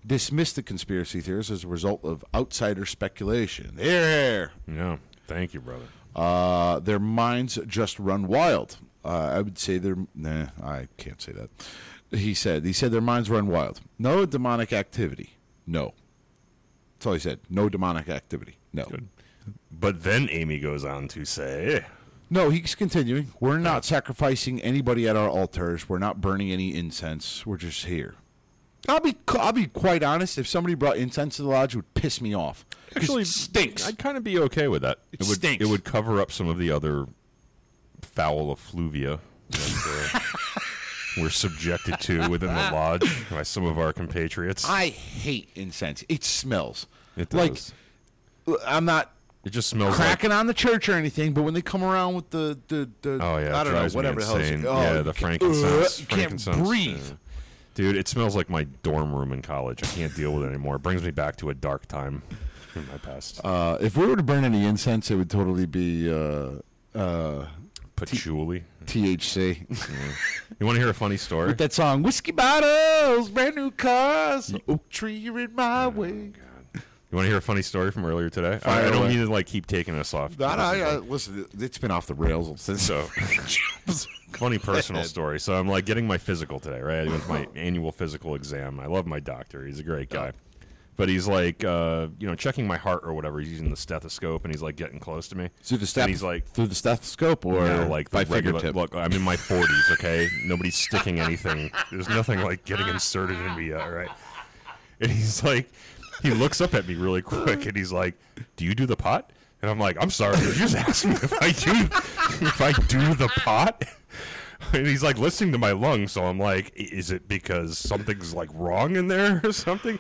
B: dismissed the conspiracy theories as a result of outsider speculation. Here, here.
C: yeah, thank you, brother.
B: Uh, their minds just run wild. Uh, I would say their nah, I can't say that. He said. He said their minds run wild. No demonic activity. No. That's all he said. No demonic activity. No.
C: But then Amy goes on to say,
B: No, he's continuing. We're not sacrificing anybody at our altars. We're not burning any incense. We're just here. I'll be I'll be quite honest. If somebody brought incense to the lodge, it would piss me off. 'Cause
C: Actually,
B: it stinks.
C: I'd kind of be okay with that.
B: It
C: would,
B: stinks.
C: It would cover up some of the other foul effluvia that uh, we're subjected to within the lodge by some of our compatriots.
B: I hate incense. It smells.
C: It does.
B: Like I'm not
C: it just smells like
B: cracking on the church or anything, but when they come around with the the, the
C: Oh yeah,
B: I
C: it
B: don't know
C: drives me
B: whatever the hell it's-
C: insane.
B: oh,
C: yeah,
B: you
C: the
B: can't-
C: frankincense.
B: uh, you
C: frankincense.
B: can't breathe.
C: yeah. Dude, it smells like my dorm room in college. I can't deal with it anymore. It brings me back to a dark time in my past.
B: Uh, if we were to burn any incense, it would totally be uh, uh,
C: Patchouli.
B: THC.
C: You want to hear a funny story?
B: With that song, whiskey bottles, brand new cars, the oak tree you're in my way.
C: You want to hear a funny story from earlier today?
B: Fire
C: I, I don't
B: away.
C: mean to like keep taking us off.
B: That I, I, listen, it's been off the rails since.
C: so funny personal story. So I'm like getting my physical today, right? I went to my annual physical exam. I love my doctor. He's a great guy. But he's like, uh, you know, checking my heart or whatever. He's using the stethoscope and he's like getting close to me.
B: Through the steth-
C: And he's like,
B: through the stethoscope or
C: No, like the
B: by
C: regular,
B: fingertip.
C: Look, I'm in my 40s. Okay, nobody's sticking anything. There's nothing like getting inserted in me yet, right? And he's like, he looks up at me really quick, and he's like, "Do you do the pot?" And I'm like, "I'm sorry, did you just ask me if I do if I do the pot?" And he's like listening to my lungs, so I'm like, "I- "Is it because something's like wrong in there or something?"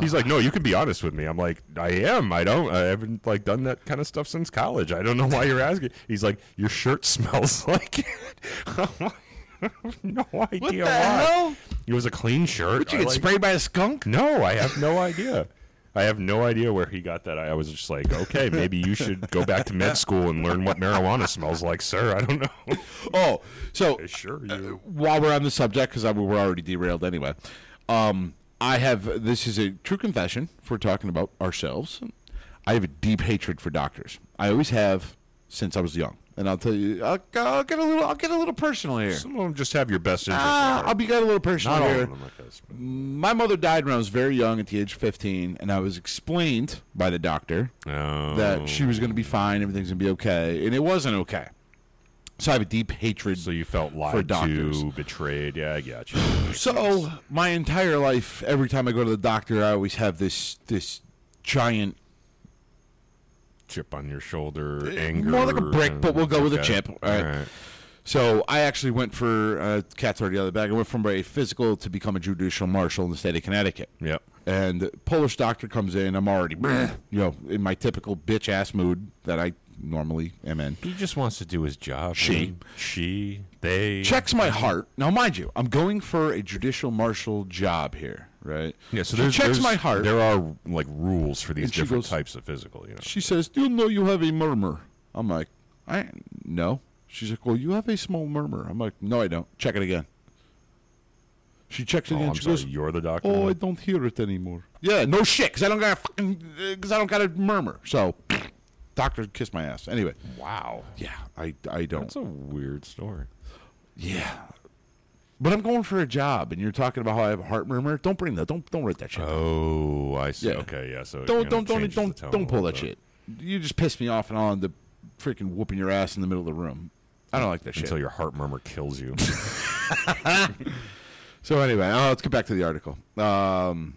C: He's like, "No, you can be honest with me." I'm like, "I am. I don't. I haven't like done that kind of stuff since college. I don't know why you're asking." He's like, "Your shirt smells like it." I'm like, I have no idea
B: what the
C: why.
B: hell?
C: It was a clean shirt.
B: Did you
C: I,
B: get
C: like-
B: sprayed by a skunk?
C: no, I have no idea. I have no idea where he got that. I I was just like, okay, maybe you should go back to med school and learn what marijuana smells like, sir. I don't know.
B: Oh, so
C: I assure you.
B: while we're on the subject, because I mean, we're already derailed anyway, um, I have this is a true confession for talking about ourselves. I have a deep hatred for doctors. I always have since I was young, and I'll tell you, I'll, I'll get a little, I'll get a little personal here.
C: Some of them just have your best interest.
B: Ah,
C: at
B: I'll
C: heart.
B: be got a little personal
C: Not all
B: here.
C: of them like this. but-
B: My mother died when I was very young, at the age of fifteen, and I was explained by the doctor that she was going to
C: Oh.
B: be fine, everything's going to be okay, and it wasn't okay. So I have a deep hatred.
C: So you felt
B: For
C: lied
B: doctors.
C: to, betrayed. Yeah, I got you.
B: So my entire life, every time I go to the doctor, I always have this this giant,
C: Chip on your shoulder, anger.
B: more like a brick, but we'll go with a
C: Okay.
B: chip, all right. So I actually went for uh, cats already out of the bag. I went from a physical to become a judicial marshal in the state of Connecticut.
C: Yep.
B: And Polish doctor comes in. I'm already, you know, in my typical bitch ass mood that I normally am in.
C: He just wants to do his job.
B: She.
C: man. she, they.
B: Checks my heart. Now, mind you, I'm going for a judicial marshal job here, right?
C: Yeah, so
B: She
C: there's,
B: checks
C: there's-
B: my heart.
C: There are like rules for these
B: And she
C: different
B: goes-
C: types of physical. You know,
B: She says, "Do you know you have a murmur?" I'm like, "I no." She's like, "Well, you have a small murmur." I'm like, "No, I don't." Check it again. She checks it
C: oh,
B: again.
C: I'm
B: she
C: sorry,
B: goes,
C: you're the doctor.
B: "Oh, I don't hear it anymore." Yeah, no shit, because I don't got a fucking, because I don't got a murmur. So, doctor, kiss my ass. Anyway,
C: wow,
B: yeah, I I don't.
C: that's a weird story.
B: yeah. But I'm going for a job, and you're talking about how I have a heart murmur. Don't bring that. Don't don't write that shit.
C: Oh, I see.
B: Yeah.
C: Okay, yeah. So it
B: don't
C: kinda
B: don't don't
C: changes the
B: don't
C: tone a
B: don't pull
C: little
B: that
C: bit.
B: shit. You just piss me off and I'll end up freaking whooping your ass in the middle of the room. I don't like that shit.
C: until your heart murmur kills you.
B: So anyway, uh, let's get back to the article. Um,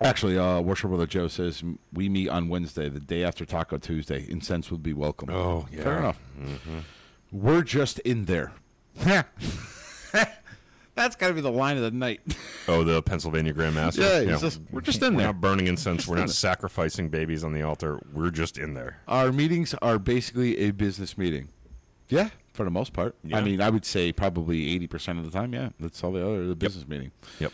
B: actually, uh, worship brother Joe says we meet on Wednesday, the day after Taco Tuesday. Incense would be welcome.
C: Oh,
B: fair
C: yeah.
B: enough. Mm-hmm. We're just in there. That's got to be the line of the night.
C: oh, the Pennsylvania Grand Master.
B: Yeah, he's just- we're just in
C: We're
B: there.
C: not burning incense. We're not sacrificing babies on the altar. We're just in there.
B: Our meetings are basically a business meeting. Yeah, for the most part. I
C: Yeah.
B: mean, I would say probably eighty percent of the time. Yeah, that's all the other the business meeting.
C: Yep.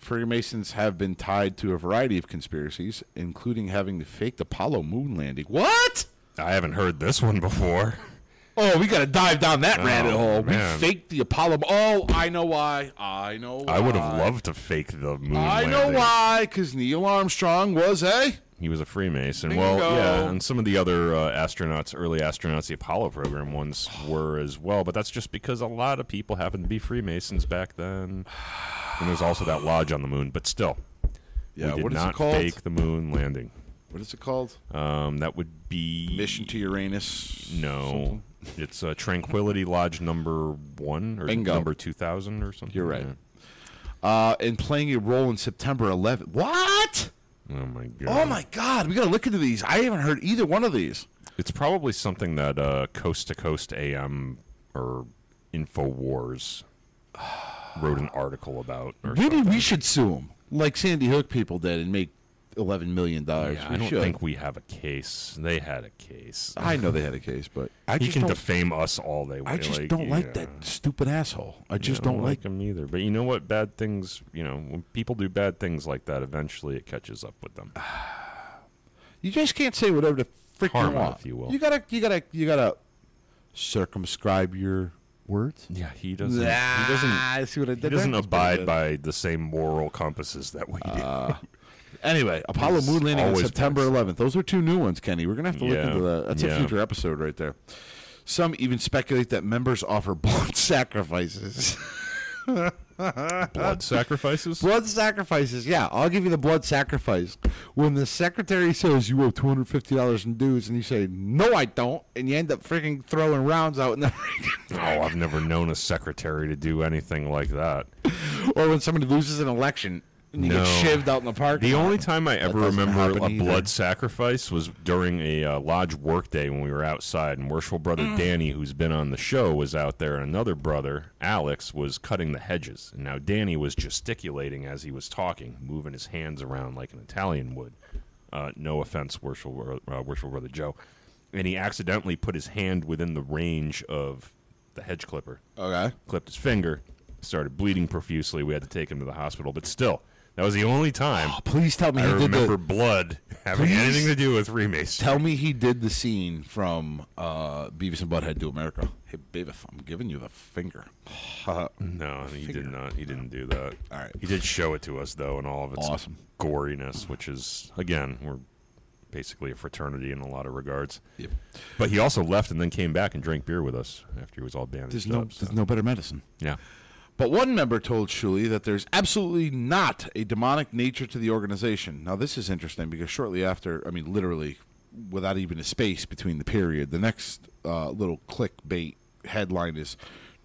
B: Freemasons have been tied to a variety of conspiracies, including having the faked Apollo moon landing. What?
C: I haven't heard this one before.
B: Oh, we got to dive down that
C: Oh,
B: rabbit hole.
C: man.
B: We faked the Apollo. Oh, I know why. I know why.
C: I would have loved to fake the moon.
B: I know
C: landing.
B: why, because Neil Armstrong was a.
C: He was a Freemason.
B: Bingo.
C: Well, yeah, and some of the other uh, astronauts, early astronauts, the Apollo program ones were as well. But that's just because a lot of people happened to be Freemasons back then. And there's also that lodge on the moon. But still,
B: Yeah,
C: we did
B: what is
C: not
B: it called?
C: fake the moon landing.
B: What is it called?
C: Um, that would be
B: Mission to Uranus.
C: No, it's uh, Tranquility Lodge number one or
B: Bingo.
C: number two thousand or something.
B: You're right.
C: Yeah.
B: Uh, and playing a role in September 11th. What?
C: Oh my god.
B: Oh my God! We got to look into these. I haven't heard either one of these.
C: It's probably something that uh, Coast to Coast AM or InfoWars wrote an article about. Or
B: Maybe
C: something.
B: we should sue them, like Sandy Hook people did, and make eleven million dollars.
C: I don't think we have a case. They had a case.
B: I know they had a case, but I
C: he
B: just
C: can
B: don't.
C: defame us all they want.
B: I just don't like
C: yeah.
B: that stupid asshole. I just
C: I
B: don't, like.
C: them either. But you know what? Bad things. You know, when people do bad things like that, eventually it catches up with them.
B: You just can't say whatever the freak
C: Harm it,
B: you want.
C: if you will.
B: gotta, you gotta, you gotta circumscribe your words.
C: Yeah, he doesn't.
B: Ah,
C: He doesn't.
B: I see what I did.
C: He doesn't
B: there? That's
C: abide
B: pretty
C: by the same moral compasses that we do.
B: good. Anyway, Apollo moon landing on
C: always
B: September
C: points.
B: 11th. Those are two new ones, Kenny. We're gonna have to look
C: Yeah.
B: into that. That's a
C: Yeah.
B: future episode right there. Some even speculate that members offer blood sacrifices.
C: Blood sacrifices.
B: Blood sacrifices. Yeah, I'll give you the blood sacrifice. When the secretary says you owe two hundred fifty dollars in dues, and you say no, I don't, and you end up freaking throwing rounds out in the ring,
C: Oh, I've never known a secretary to do anything like that.
B: or when somebody loses an election and you
C: No.
B: get shivved out in the park.
C: The only time I ever
B: doesn't
C: remember
B: happen
C: a
B: either.
C: blood sacrifice was during a uh, lodge work day when we were outside, and worshipful brother Danny, who's been on the show, was out there, and another brother, Alex, was cutting the hedges. And now Danny was gesticulating as he was talking, moving his hands around like an Italian would. Uh, no offense, worshipful, uh, worshipful brother Joe. And he accidentally put his hand within the range of the hedge clipper
B: okay,
C: clipped his finger, started bleeding profusely. We had to take him to the hospital, but still, that was the only time
B: please tell me
C: I
B: he did
C: remember
B: the.
C: blood having
B: Please?
C: anything to do with Freemasons.
B: Tell me he did the scene from uh, Beavis and Butthead to America. Hey, Beavis, I'm giving you the finger.
C: No, he did not. He didn't do that.
B: All right.
C: He did show it to us though, in all of its
B: Awesome.
C: goriness, which is again, we're basically a fraternity in a lot of regards.
B: Yep.
C: But he also left and then came back and drank beer with us after he was all bandaged
B: There's no,
C: up. so-
B: there's no better medicine.
C: yeah.
B: But one member told Shuley that there's absolutely not a demonic nature to the organization. Now, this is interesting because shortly after, I mean, literally, without even a space between the period, the next uh, little clickbait headline is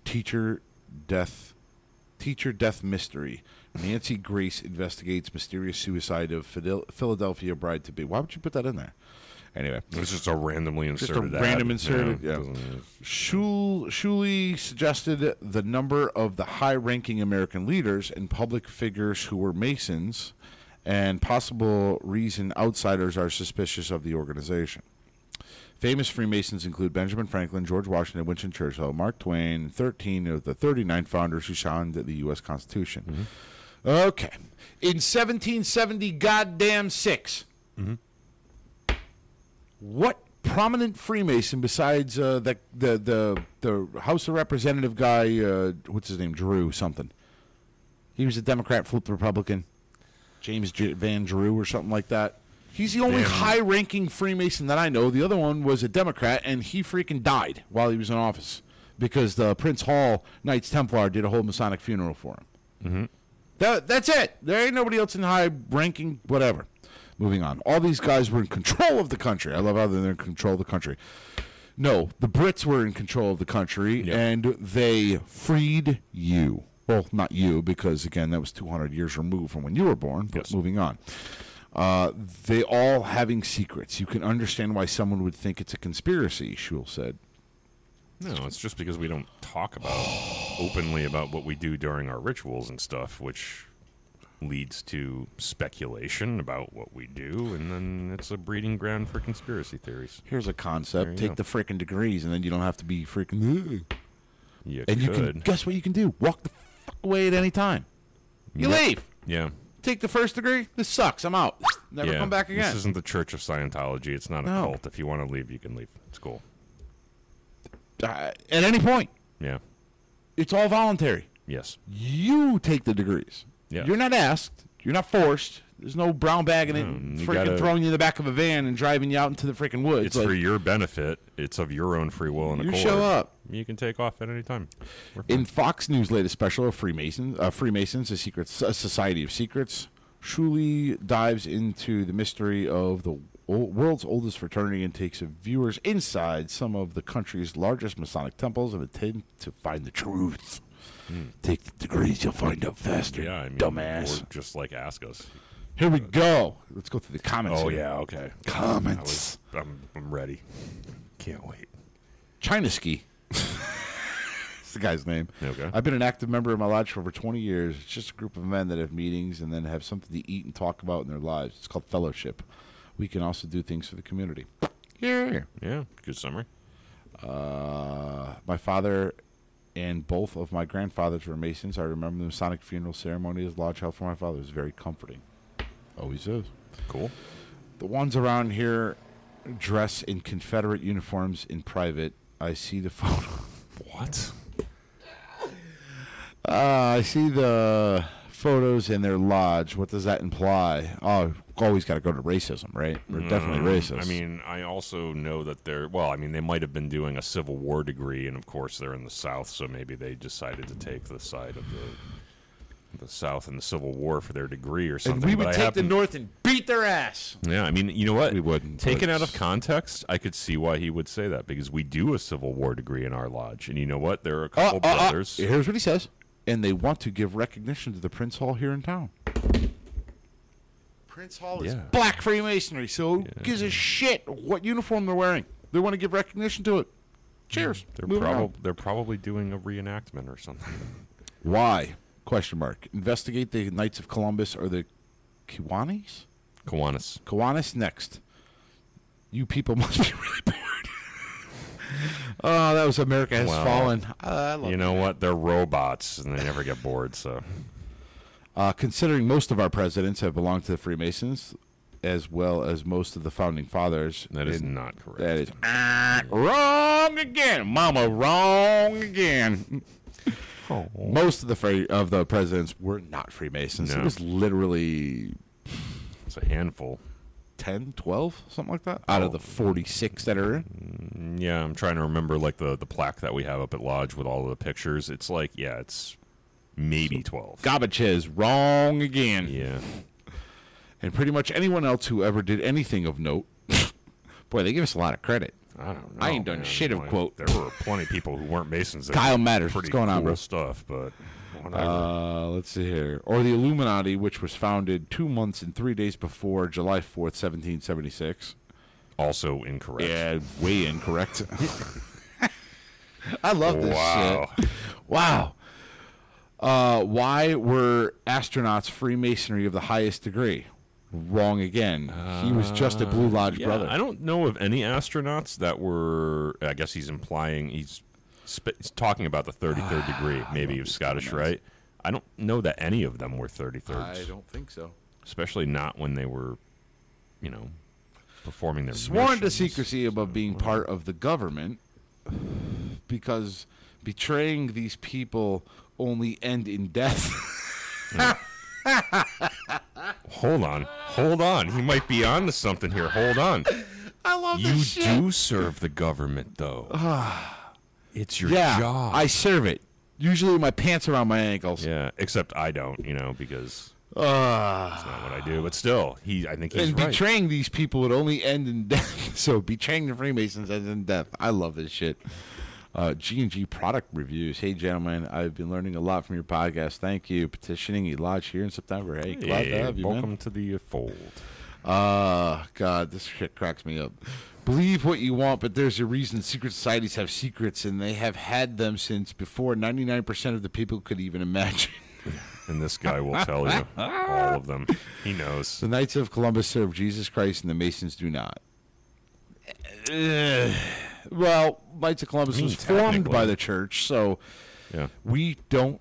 B: Teacher Death. Teacher Death Mystery. Nancy Grace investigates mysterious suicide of Fidel- Philadelphia bride to be. Why would you put that in there? Anyway,
C: It was just a randomly
B: Just a
C: inserted. ad.
B: random
C: Yeah,
B: inserted, yeah.
C: doesn't-
B: Shul- Shuley suggested the number of the high ranking American leaders and public figures who were Masons and possible reason outsiders are suspicious of the organization. Famous Freemasons include Benjamin Franklin, George Washington, Winston Churchill, Mark Twain, 13 of the 39 founders who signed the U.S. Constitution. Okay. In 1770, goddamn 6 what prominent Freemason besides uh, the, the the the House of Representative guy? Uh, what's his name? Drew something. He was a Democrat, flipped Republican. James J- Van Drew or something like that. He's the only
C: Van-
B: high-ranking Freemason that I know. The other one was a Democrat, and he freaking died while he was in office because the Prince Hall Knights Templar did a whole Masonic funeral for him. That, that's it. There ain't nobody else in high ranking, whatever. Moving on. All these guys were in control of the country. I love how they're in control of the country. No, the Brits were in control of the country
C: Yeah.
B: and they freed you. Well, not you, because again, that was 200 years removed from when you were born, but
C: Yes.
B: moving on. Uh, they all having secrets. You can understand why someone would think it's a conspiracy, Shule said.
C: No, it's just because we don't talk about openly about what we do during our rituals and stuff, which leads to speculation about what we do, and then it's a breeding ground for conspiracy theories.
B: Here's a
C: There
B: concept
C: you
B: take
C: go.
B: the freaking degrees, and then you don't have to be freaking. "Ugh."
C: You
B: And you
C: could.
B: can guess what you can do walk the fuck away at any time. You
C: Yep.
B: leave.
C: Yeah.
B: Take the first degree. This sucks. I'm out. Never
C: yeah.
B: come back
C: This
B: again.
C: isn't the Church of Scientology. It's not a
B: No.
C: cult. If you want to leave, you can leave. It's cool.
B: Uh, at any point,
C: Yeah.
B: it's all voluntary.
C: Yes.
B: you take the degrees.
C: Yeah.
B: You're not asked. You're not forced. There's no brown bagging it,
C: No, you
B: freaking
C: gotta-
B: throwing you in the back of a van and driving you out into the freaking woods.
C: It's
B: Like,
C: for your benefit. It's of your own free will and
B: You
C: accord.
B: show up.
C: You can take off at any time. We're fine.
B: in Fox News' latest special, Freemasons, uh, Freemasons, a secret a society of secrets, truly dives into the mystery of the o- world's oldest fraternity and takes viewers inside some of the country's largest Masonic temples and attempt to find the truth. Take the degrees, you'll find out faster,
C: Hmm. yeah, I mean,
B: dumbass.
C: Or just like ask us.
B: Here we go. Let's go through the comments.
C: Oh
B: here.
C: yeah, okay. I
B: Comments.
C: was, I'm, I'm ready. Can't wait.
B: China Ski. It's the guy's name.
C: Okay.
B: I've been an active member of my lodge for over 20 years. It's just a group of men that have meetings and then have something to eat and talk about in their lives. It's called fellowship. We can also do things for the community. Here.
C: Yeah, good summary.
B: Uh, my father and both of my grandfathers were Masons. I remember the Masonic funeral ceremony as lodge held for my father. It was very comforting. Always is.
C: Cool.
B: The ones around here dress in Confederate uniforms in private. I see the photo.
C: What?
B: Uh, I see the photos in their lodge. What does that imply? Oh, always got to go to racism, right? We're definitely racist.
C: Mm, Um, I mean, I also know that they're well. I mean, they might have been doing a Civil War degree, and of course, they're in the South, so maybe they decided to take the side of the the South in the Civil War for their degree or something.
B: and we would
C: but I
B: take
C: happen-
B: the North and beat their ass.
C: Yeah, I mean, you know what?
B: We wouldn't, but-
C: Taken out of context, I could see why he would say that because we do a Civil War degree in our lodge, and you know what?
B: Uh,
C: There are a couple brothers.
B: Here's what he says. And they want to give recognition to the Prince Hall here in town. Prince Hall is
C: Yeah.
B: black Freemasonry, so who gives a shit what uniform they're wearing? They want to give recognition to it. Cheers.
C: They're,
B: Moving on.
C: prob- they're probably doing a reenactment or something.
B: Why? Question mark. Investigate the Knights of Columbus or the Kiwanis?
C: Kiwanis.
B: Kiwanis next. You people must be really bored. oh, that was America Has
C: Wow.
B: Fallen. I
C: You know what? They're robots and they never get bored, so.
B: Uh, considering most of our presidents have belonged to the Freemasons, as well as most of the founding fathers.
C: That is
B: and
C: not correct.
B: That is Ah, wrong again, Mama. Wrong again.
C: Oh.
B: Most of the fra- of the presidents were not Freemasons. It
C: No.
B: was literally
C: It's a handful.
B: 10, 12, something like that, out of the 46 that are in.
C: Mm, Yeah, I'm trying to remember like the, the plaque that we have up at Lodge with all of the pictures. It's like, yeah, it's maybe 12.
B: Gabachez, wrong again.
C: Yeah.
B: And pretty much anyone else who ever did anything of note. Boy, they give us a lot of credit.
C: I don't know.
B: I ain't done
C: man.
B: shit of
C: Like,
B: quote.
C: There were plenty of people who weren't Masons. that
B: Kyle
C: did
B: Matters,
C: pretty
B: what's going on,
C: cool
B: bro?
C: stuff, but whatever.
B: Uh, let's see here. Or the Illuminati, which was founded two months and three days before July 4th, 1776.
C: also incorrect.
B: Yeah, way incorrect. I love this
C: Wow.
B: shit. Wow. Uh, why were astronauts Freemasonry of the highest degree? Wrong again. he was just a Blue Lodge
C: Uh, Yeah,
B: brother.
C: I don't know of any astronauts that were. I guess he's implying he's, sp- he's talking about the 33rd
B: Ah,
C: degree. Maybe he was Scottish, right? I don't know that any of them were 33rds,
B: don't think so.
C: especially not when they were, you know, performing their
B: sworn to
C: missions.
B: secrecy about being part of the government because betraying these people only end in death.
C: Hold on, hold on. He might be on to something here. Hold on.
B: I love
C: You
B: this shit.
C: do serve the government, though. it's your
B: yeah,
C: job.
B: I serve it. Usually my pants around my ankles.
C: yeah, except I don't, you know, because That's not what I do, but still, he. I think he's
D: Ah. and
C: right.
D: betraying these people would only end in death. So betraying the Freemasons ends in death. I love this shit. Uh, G&G product reviews. Hey, gentlemen, I've been learning a lot from your podcast. Thank you. Petitioning Elodge here in September. Hey, glad
C: Hey,
D: to have you,
C: welcome
D: man.
C: to the fold.
D: Ah, God, this shit cracks me up. Believe what you want, but there's a reason secret societies have secrets, and they have had them since before 99% of the people could even imagine.
C: And this guy will tell you all of them. He knows.
D: The Knights of Columbus serve Jesus Christ, and the Masons do not. Eh, well, Knights of Columbus
C: I mean,
D: was formed
C: technically.
D: by the church, so
C: Yeah.
D: we don't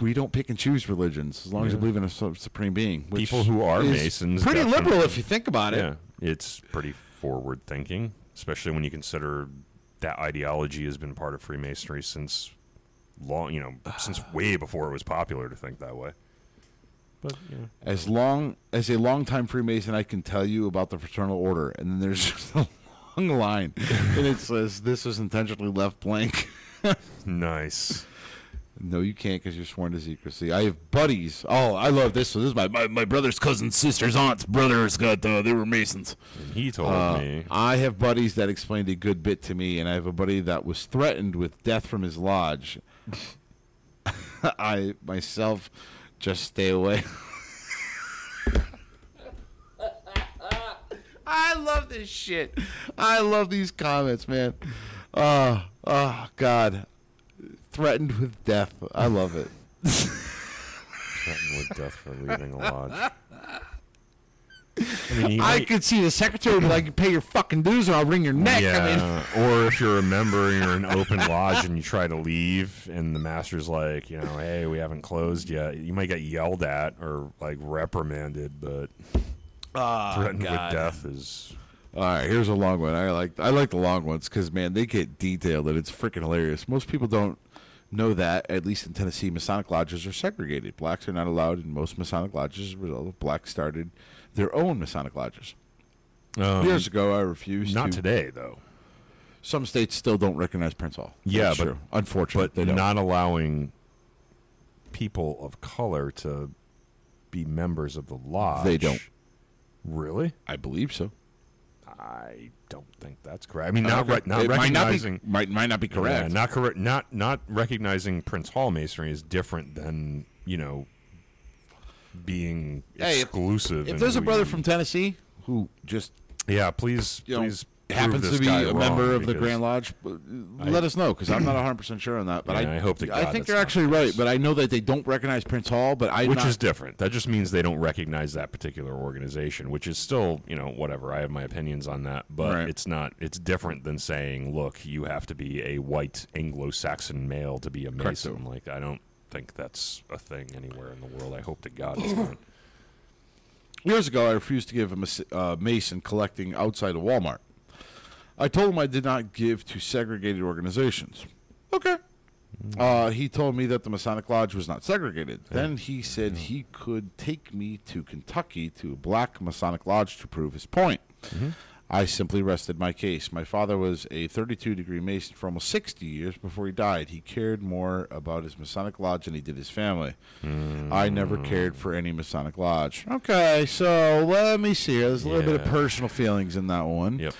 D: we don't pick and choose religions as long as you
C: Yeah.
D: believe in a su- supreme being. Which
C: People who are
D: is
C: Masons
D: pretty
C: definitely-
D: liberal if you think about it.
C: Yeah, it's pretty forward thinking, especially when you consider that ideology has been part of Freemasonry since long, you know, since way before it was popular to think that way. But yeah,
D: As long as a longtime Freemason, I can tell you about the fraternal order, and then there's just a long line, and it says this was intentionally left blank.
C: nice.
D: No, you can't because you're sworn to secrecy. I have buddies. Oh, I love this one. This is my my, my brother's cousin's sister's aunt's brother's got uh, they were masons.
C: And he told
D: Uh,
C: me
D: I have buddies that explained a good bit to me, and I have a buddy that was threatened with death from his lodge. I myself just stay away. I love this shit. I love these comments, man. Oh, oh God. Threatened with death. I love it.
C: threatened with death for leaving a lodge. I mean, he
D: I
C: might-
D: could see the secretary, but I could pay your fucking dues or I'll wring your neck. I mean,
C: Yeah, or if you're a member and you're in an open lodge and you try to leave, and the master's like, you know, hey, we haven't closed yet. You might get yelled at or like reprimanded, but threatened with death is
D: All right, here's a long one. I like I like the long ones because man, they get detailed and it's freaking hilarious. Most people don't know that. At least in Tennessee, Masonic lodges are segregated. Blacks are not allowed in most Masonic lodges. As a result, blacks started their own Masonic lodges
C: um,
D: years ago. I refused.
C: not
D: to.
C: today though.
D: Some states still don't recognize Prince Hall.
C: Yeah,
D: That's
C: but-
D: true. unfortunately,
C: But
D: they don't.
C: not allowing people of color to be members of the lodge.
D: They don't.
C: really.
D: I believe so.
C: I don't think that's correct. I mean, not re- not
D: it might not be
C: recognizing.
D: might, might not be correct.
C: Yeah, not correct. Not not recognizing Prince Hall Masonry is different than you know being
D: Hey, if-
C: exclusive.
D: if
C: and
D: there's a
C: we-
D: brother from Tennessee who just
C: yeah, please
D: you know,
C: please prove
D: happens to
C: this
D: be
C: guy
D: a
C: wrong,
D: member of the
C: because-
D: Grand Lodge, uh, let us know because I'm not 100 percent sure on that. But
C: Yeah,
D: I,
C: I hope to
D: I
C: God
D: think
C: that's
D: they're
C: not
D: actually right. But I know that they don't recognize Prince Hall. But I
C: which is different. That just means they don't recognize that particular organization, which is still, you know, whatever. I have my opinions on that, but
D: Right.
C: it's not. It's different than saying, "Look, you have to be a white Anglo-Saxon male to be a
D: Correcto.
C: Mason." Like, I don't think that's a thing anywhere in the world. I hope to God it's not.
D: years ago I refused to give a mas- uh, Mason collecting outside of Walmart. I told him I did not give to segregated organizations. Okay. Uh, he told me that the Masonic Lodge was not segregated. Then he said he could take me to Kentucky to a black Masonic Lodge to prove his point.
C: Mm-hmm.
D: I simply rested my case. My father was a 32 degree Mason for almost 60 years before he died. He cared more about his Masonic Lodge than he did his family. I
C: Mm.
D: never cared for any Masonic Lodge. Okay, so let me see. here. There's a little bit of
C: Yeah.
D: personal feelings in that one.
C: Yep.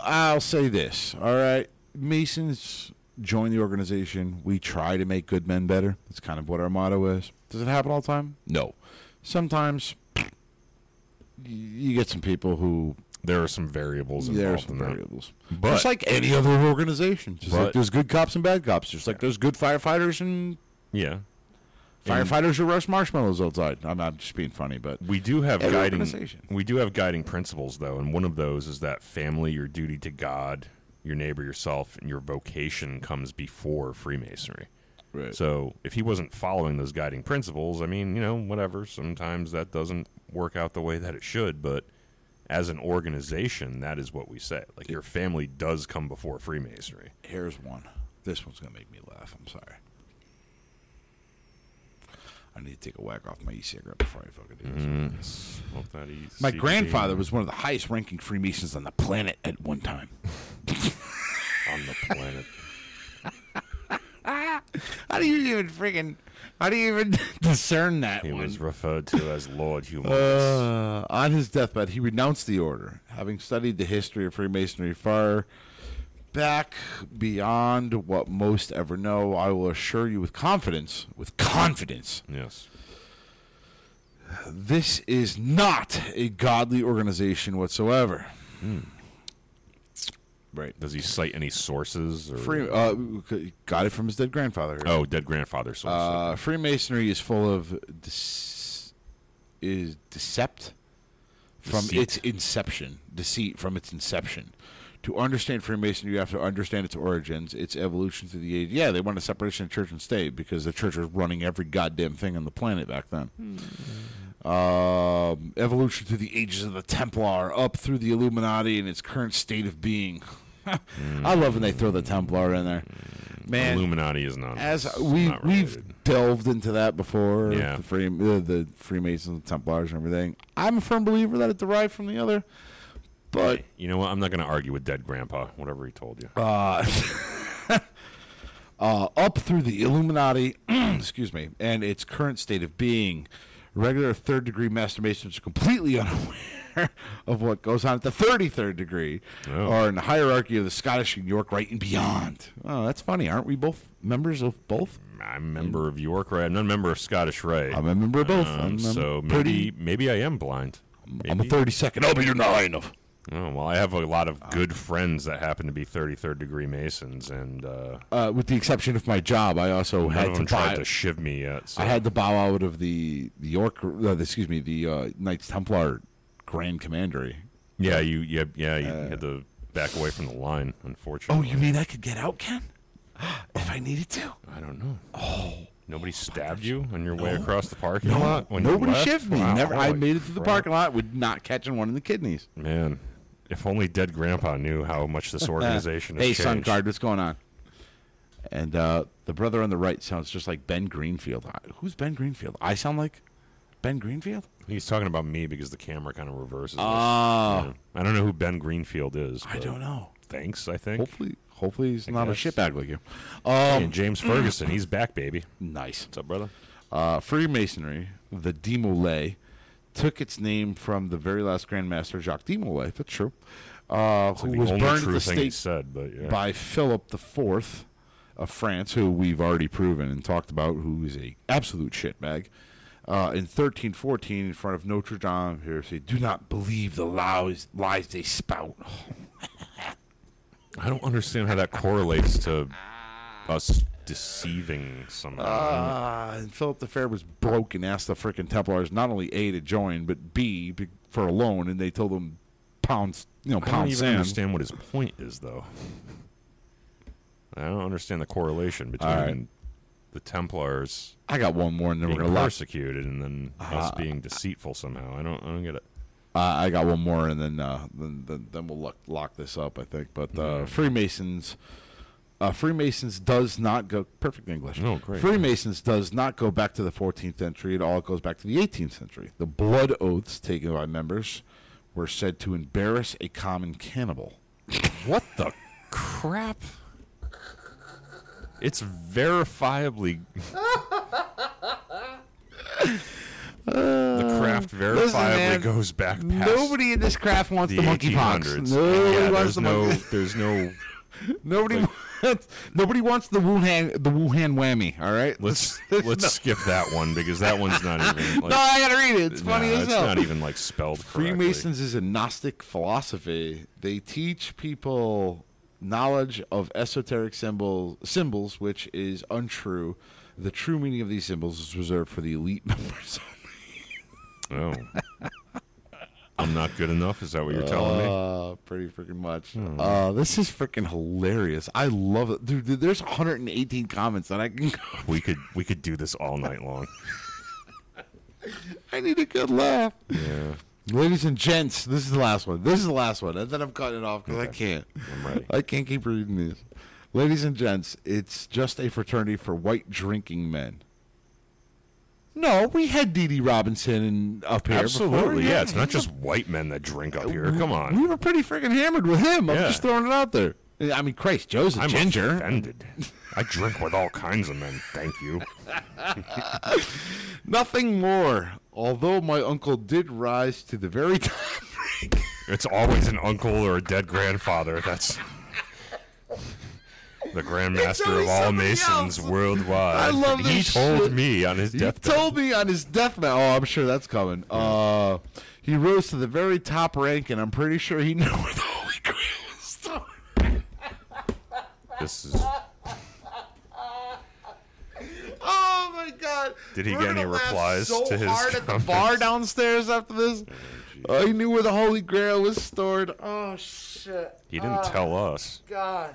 D: I'll say this. All right,
C: Mm.
D: Masons join the organization. We try to make good men better. That's kind of what our motto is. Does it happen all the time? No. Sometimes y- you get some people who
C: There are some variables involved
D: there are some
C: in that.
D: variables.
C: But-
D: just like any other organization, just like
C: But-
D: there's good cops and bad cops. Just like there's good firefighters and
C: Yeah. And-
D: firefighters who roast marshmallows outside. I'm, I'm just being funny, but
C: We do have
D: Every
C: guiding.
D: organization.
C: We do have guiding principles, though, and one of those is that family, your duty to God, your neighbor, yourself, and your vocation comes before Freemasonry.
D: Right.
C: So if he wasn't following those guiding principles, I mean, you know, whatever. Sometimes that doesn't work out the way that it should, but as an organization, that is what we say. Like your family does come before Freemasonry.
D: here's one. This one's gonna make me laugh. I'm sorry. I need to take a whack off my e-cigarette before I fucking do this.
C: Hope that he's-
D: My
C: he-
D: Mm-hmm. grandfather was one of the highest-ranking Freemasons on the planet at one time.
C: on the planet.
D: How do you even friggin'? How do you even discern that
C: He
D: one?
C: was referred to as Lord Humongous.
D: Uh, on his deathbed, he renounced the order, having studied the history of Freemasonry far back beyond what most ever know. I will assure you with confidence, with confidence,
C: yes.
D: this is not a godly organization whatsoever. Right.
C: Does he cite any sources? Or?
D: Free, uh, got it from his dead grandfather.
C: oh, dead grandfather sources.
D: Uh, Freemasonry is full of dece- is decept from
C: Deceit.
D: its inception, deceit from its inception. To understand Freemasonry, you have to understand its origins, its evolution through the age. Yeah, they wanted separation of church and state because the church was running every goddamn thing on the planet back then. Um, evolution through the ages of the Templar, up through the Illuminati, and its current state of being. I love when they throw the Templar in there. Man,
C: Illuminati is not.
D: as
C: it's
D: we
C: not
D: we've
C: related.
D: delved into that before,
C: Yeah.
D: the, free, uh, the Freemasons, the Templars, and everything. I'm a firm believer that it derived from the other, but
C: You know what? I'm not going to argue with dead grandpa. Whatever he told you.
D: uh, uh, up through the Illuminati, excuse me, and its current state of being. Regular third degree masturbations are completely unaware of what goes on at the 33rd degree
C: Oh.
D: or in the hierarchy of the Scottish and York right and beyond. Oh, that's funny. Aren't we both members of both?
C: I'm a member of York Ray. I'm not a member of Scottish Ray.
D: I'm a member of both.
C: Um,
D: I'm, I'm
C: so
D: pretty-
C: maybe maybe I am blind.
D: I'm a 32nd. Oh, but you're not high enough.
C: Oh, well, I have a lot
D: Uh,
C: of good friends that happen to be 33rd degree Masons, and uh,
D: Uh, with the exception of my job, I also
C: none
D: had
C: of
D: to
C: them tried
D: buy.
C: to shiv me yet. So.
D: I had to bow out of the the York. Uh, the- excuse me, the uh, Knights Templar Grand Commandery.
C: yeah, you, yeah, yeah, you
D: Uh,
C: had to back away from the line, unfortunately.
D: mean I could get out, Ken? if I needed to.
C: I don't know. Oh, nobody stabbed you on your way across the parking lot. When
D: Nobody
C: you left?
D: shivved me.
C: Wow,
D: Never. I
C: holy
D: made it to the
C: crap.
D: parking lot with not catching one in the kidneys.
C: Man, if only Dead Grandpa knew how much this organization has
D: Uh, hey,
C: changed.
D: Sun Guard, what's going on? And uh, the brother on the right sounds just like Ben Greenfield. I- Who's Ben Greenfield? I sound like Ben Greenfield.
C: He's talking about me because the camera kind of reverses. us.
D: Ah.
C: Yeah. I don't know who Ben Greenfield is.
D: I
C: but
D: don't know.
C: Thanks, I think.
D: Hopefully, hopefully he's not
C: guess.
D: a shitbag like you.
C: Hey,
D: Um,
C: and James Ferguson, he's back, baby.
D: nice.
C: What's up, brother?
D: Uh, Freemasonry, the Demolay, took its name from the very last Grand Master Jacques Demolay. That's true. Uh, who
C: The
D: was
C: only
D: burned at
C: true
D: the
C: thing he
D: stake
C: said, but yeah.
D: by Philip the Fourth of France, who we've already proven and talked about, who is a absolute shitbag. Uh, in 1314, in front of Notre Dame, here say, "Do not believe the lies lies they spout."
C: I don't understand how that correlates to us deceiving someone.
D: Uh, and Philip the Fair was broke and asked the frickin' Templars not only A to join, but B be- for a loan, and they told them pounds, you know,
C: I don't
D: pound
C: even
D: sand.
C: understand what his point is, though. I don't understand the correlation between
D: right.
C: the Templars
D: I got one more, and then we're
C: being
D: gonna lock.
C: persecuted and then us being deceitful somehow. I don't. I don't get it.
D: Uh, I got one more, and then uh, then, then then we'll lock, lock this up. I think, but uh, Freemasons. Uh, Freemasons does not go perfect English.
C: Oh, great.
D: Freemasons does not go back to the 14th century at all. It goes back to the 18th century. The blood oaths taken by members were said to embarrass a common cannibal.
C: What the crap? It's verifiably. the craft verifiably
D: man,
C: goes back past
D: Nobody in this craft wants
C: the,
D: the, monkeypox.
C: 1800s.
D: Nobody
C: yeah,
D: wants
C: there's
D: the
C: no,
D: monkey.
C: there's no.
D: Nobody wants. Nobody wants the Wuhan the Wuhan whammy. All right.
C: Let's let's skip that one because that one's not even. Like,
D: no, I gotta read it. It's
C: nah,
D: funny as
C: it's
D: hell.
C: not even like spelled correctly.
D: Freemasons is a Gnostic philosophy. They teach people knowledge of esoteric symbol, symbols, which is untrue. The true meaning of these symbols is reserved for the elite members.
C: Oh. I'm not good enough. Is that what you're telling me?
D: Uh, pretty freaking much.
C: Hmm.
D: Uh, this is freaking hilarious. I love it, dude. dude, There's 118 comments that I can.
B: Uh.
C: We could we could do this all night long.
D: I need a good laugh.
C: Yeah,
D: Ladies and gents, this is the last one. This is the last one. And then I'm cutting it off because I can't.
C: I'm ready.
D: I can't keep reading these. Ladies and gents, it's just a fraternity for white drinking men. No, we had Dee Dee Robinson and up here. before.
C: Absolutely. Yeah, it's not just white men that drink up here. Come on.
D: We were pretty freaking hammered with him. I'm
C: Yeah.
D: just throwing it out there.
B: I mean, Christ, Joe's a
C: I'm
B: ginger.
C: offended. I drink with all kinds of men. Thank you.
B: Nothing more. Although my uncle did rise to the very top.
C: It's always an uncle or a dead grandfather. That's the grandmaster
B: always
C: of all
B: somebody
C: Masons
B: else.
C: worldwide.
B: I love
C: He
B: this
C: told
B: shit.
C: me on his
B: He
C: deathbed.
B: told me on his death ma- Oh, I'm sure that's coming. Uh, he rose to the very top rank, and I'm pretty sure he knew where the Holy Grail was. stored.
C: This is.
B: Oh my God!
C: Did he
B: We're
C: get any
B: gonna laugh
C: replies
B: so
C: to his
B: hard at the
C: comments? Oh,
B: bar downstairs after this. Uh, he knew where the Holy Grail was stored. Oh shit!
C: He didn't tell us.
B: God.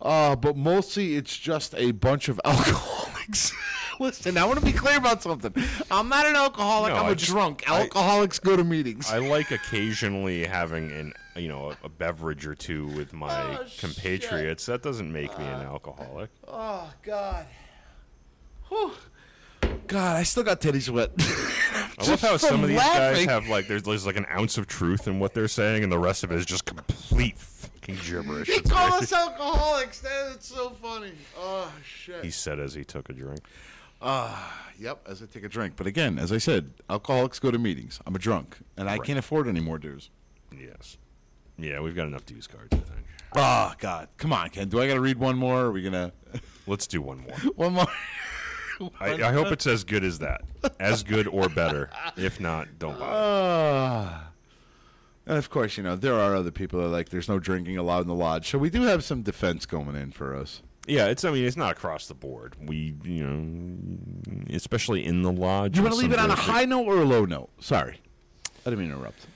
B: Uh, but mostly it's just a bunch of alcoholics. Listen, I want to be clear about something. I'm not an alcoholic.
C: No,
B: I'm a
C: I just-
B: drunk.
C: I-
B: Alcoholics go to meetings.
C: I like occasionally having an you know a, a beverage or two with my
B: Oh,
C: compatriots. That doesn't make me
B: Ah.
C: an alcoholic.
B: oh God. Whew. God, I still got titties wet.
C: I love
B: Just
C: how some
B: from
C: of these guys
B: laughing.
C: have like there's, there's like an ounce of truth in what they're saying, and the rest of it is just complete fucking gibberish.
B: They
C: It's
B: call
C: great.
B: us alcoholics. That is so funny. Oh shit.
C: He said as he took a drink.
B: Yep, as I take a drink. But again, as I said, alcoholics go to meetings. I'm a drunk, and I can't afford any more dues.
C: Yes. Yeah, we've got enough dues cards. I think.
B: Oh God, come on, Ken. Do I got to read one more? Are we gonna
C: Let's do one more.
B: one more?
C: I, I hope it's as good as that, as good or better. If not, don't bother.
B: Uh, and of course, you know there are other people that are like there's no drinking allowed in the lodge, so we do have some defense going in for us.
C: Yeah, it's. I mean, it's not across the board. We, you know, especially in the lodge.
B: Do you
C: with
B: want to leave it on
C: some
B: a
C: really-
B: high note or a low note? Sorry, I didn't mean to interrupt.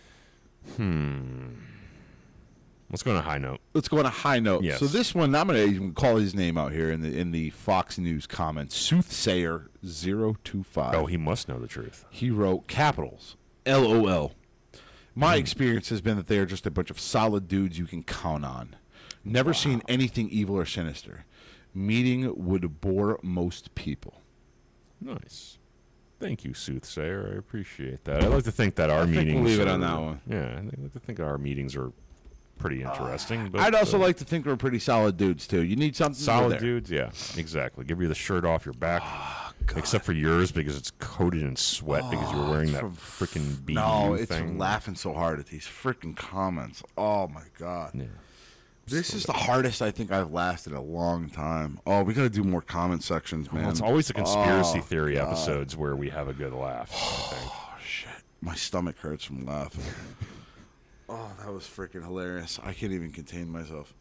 C: Let's go on a high note.
B: Let's go on a high note.
C: Yes.
B: So this one, I'm going to even call his name out here in the in the Fox News comments. Soothsayer 025.
C: Oh, he must know the truth.
B: he wrote capitals lol my experience has been that they are just a bunch of solid dudes you can count on never seen anything evil or sinister meeting would bore most people
C: Nice. Thank you, soothsayer. I appreciate that. I like to think that our
B: think we'll
C: meetings.
B: leave it on
C: are-
B: that one.
C: Yeah, I like to think our meetings are pretty interesting. but,
B: i'd also
C: uh,
B: like to think we're pretty solid dudes too you need something
C: solid
B: there. Ah,
C: dudes. Yeah, exactly. Give you the shirt off your back, except for yours because it's coated in sweat because you were wearing that freaking BU
B: no it's
C: thing.
B: from laughing so hard at these freaking comments oh my god
C: Yeah.
B: this is the hardest i think i've lasted a long time oh we gotta do more comment sections man
C: Well, it's always the conspiracy
B: Oh,
C: theory episodes where we have a good laugh. I think.
B: Shit, my stomach hurts from laughing. oh, that was freaking hilarious. I can't even contain myself.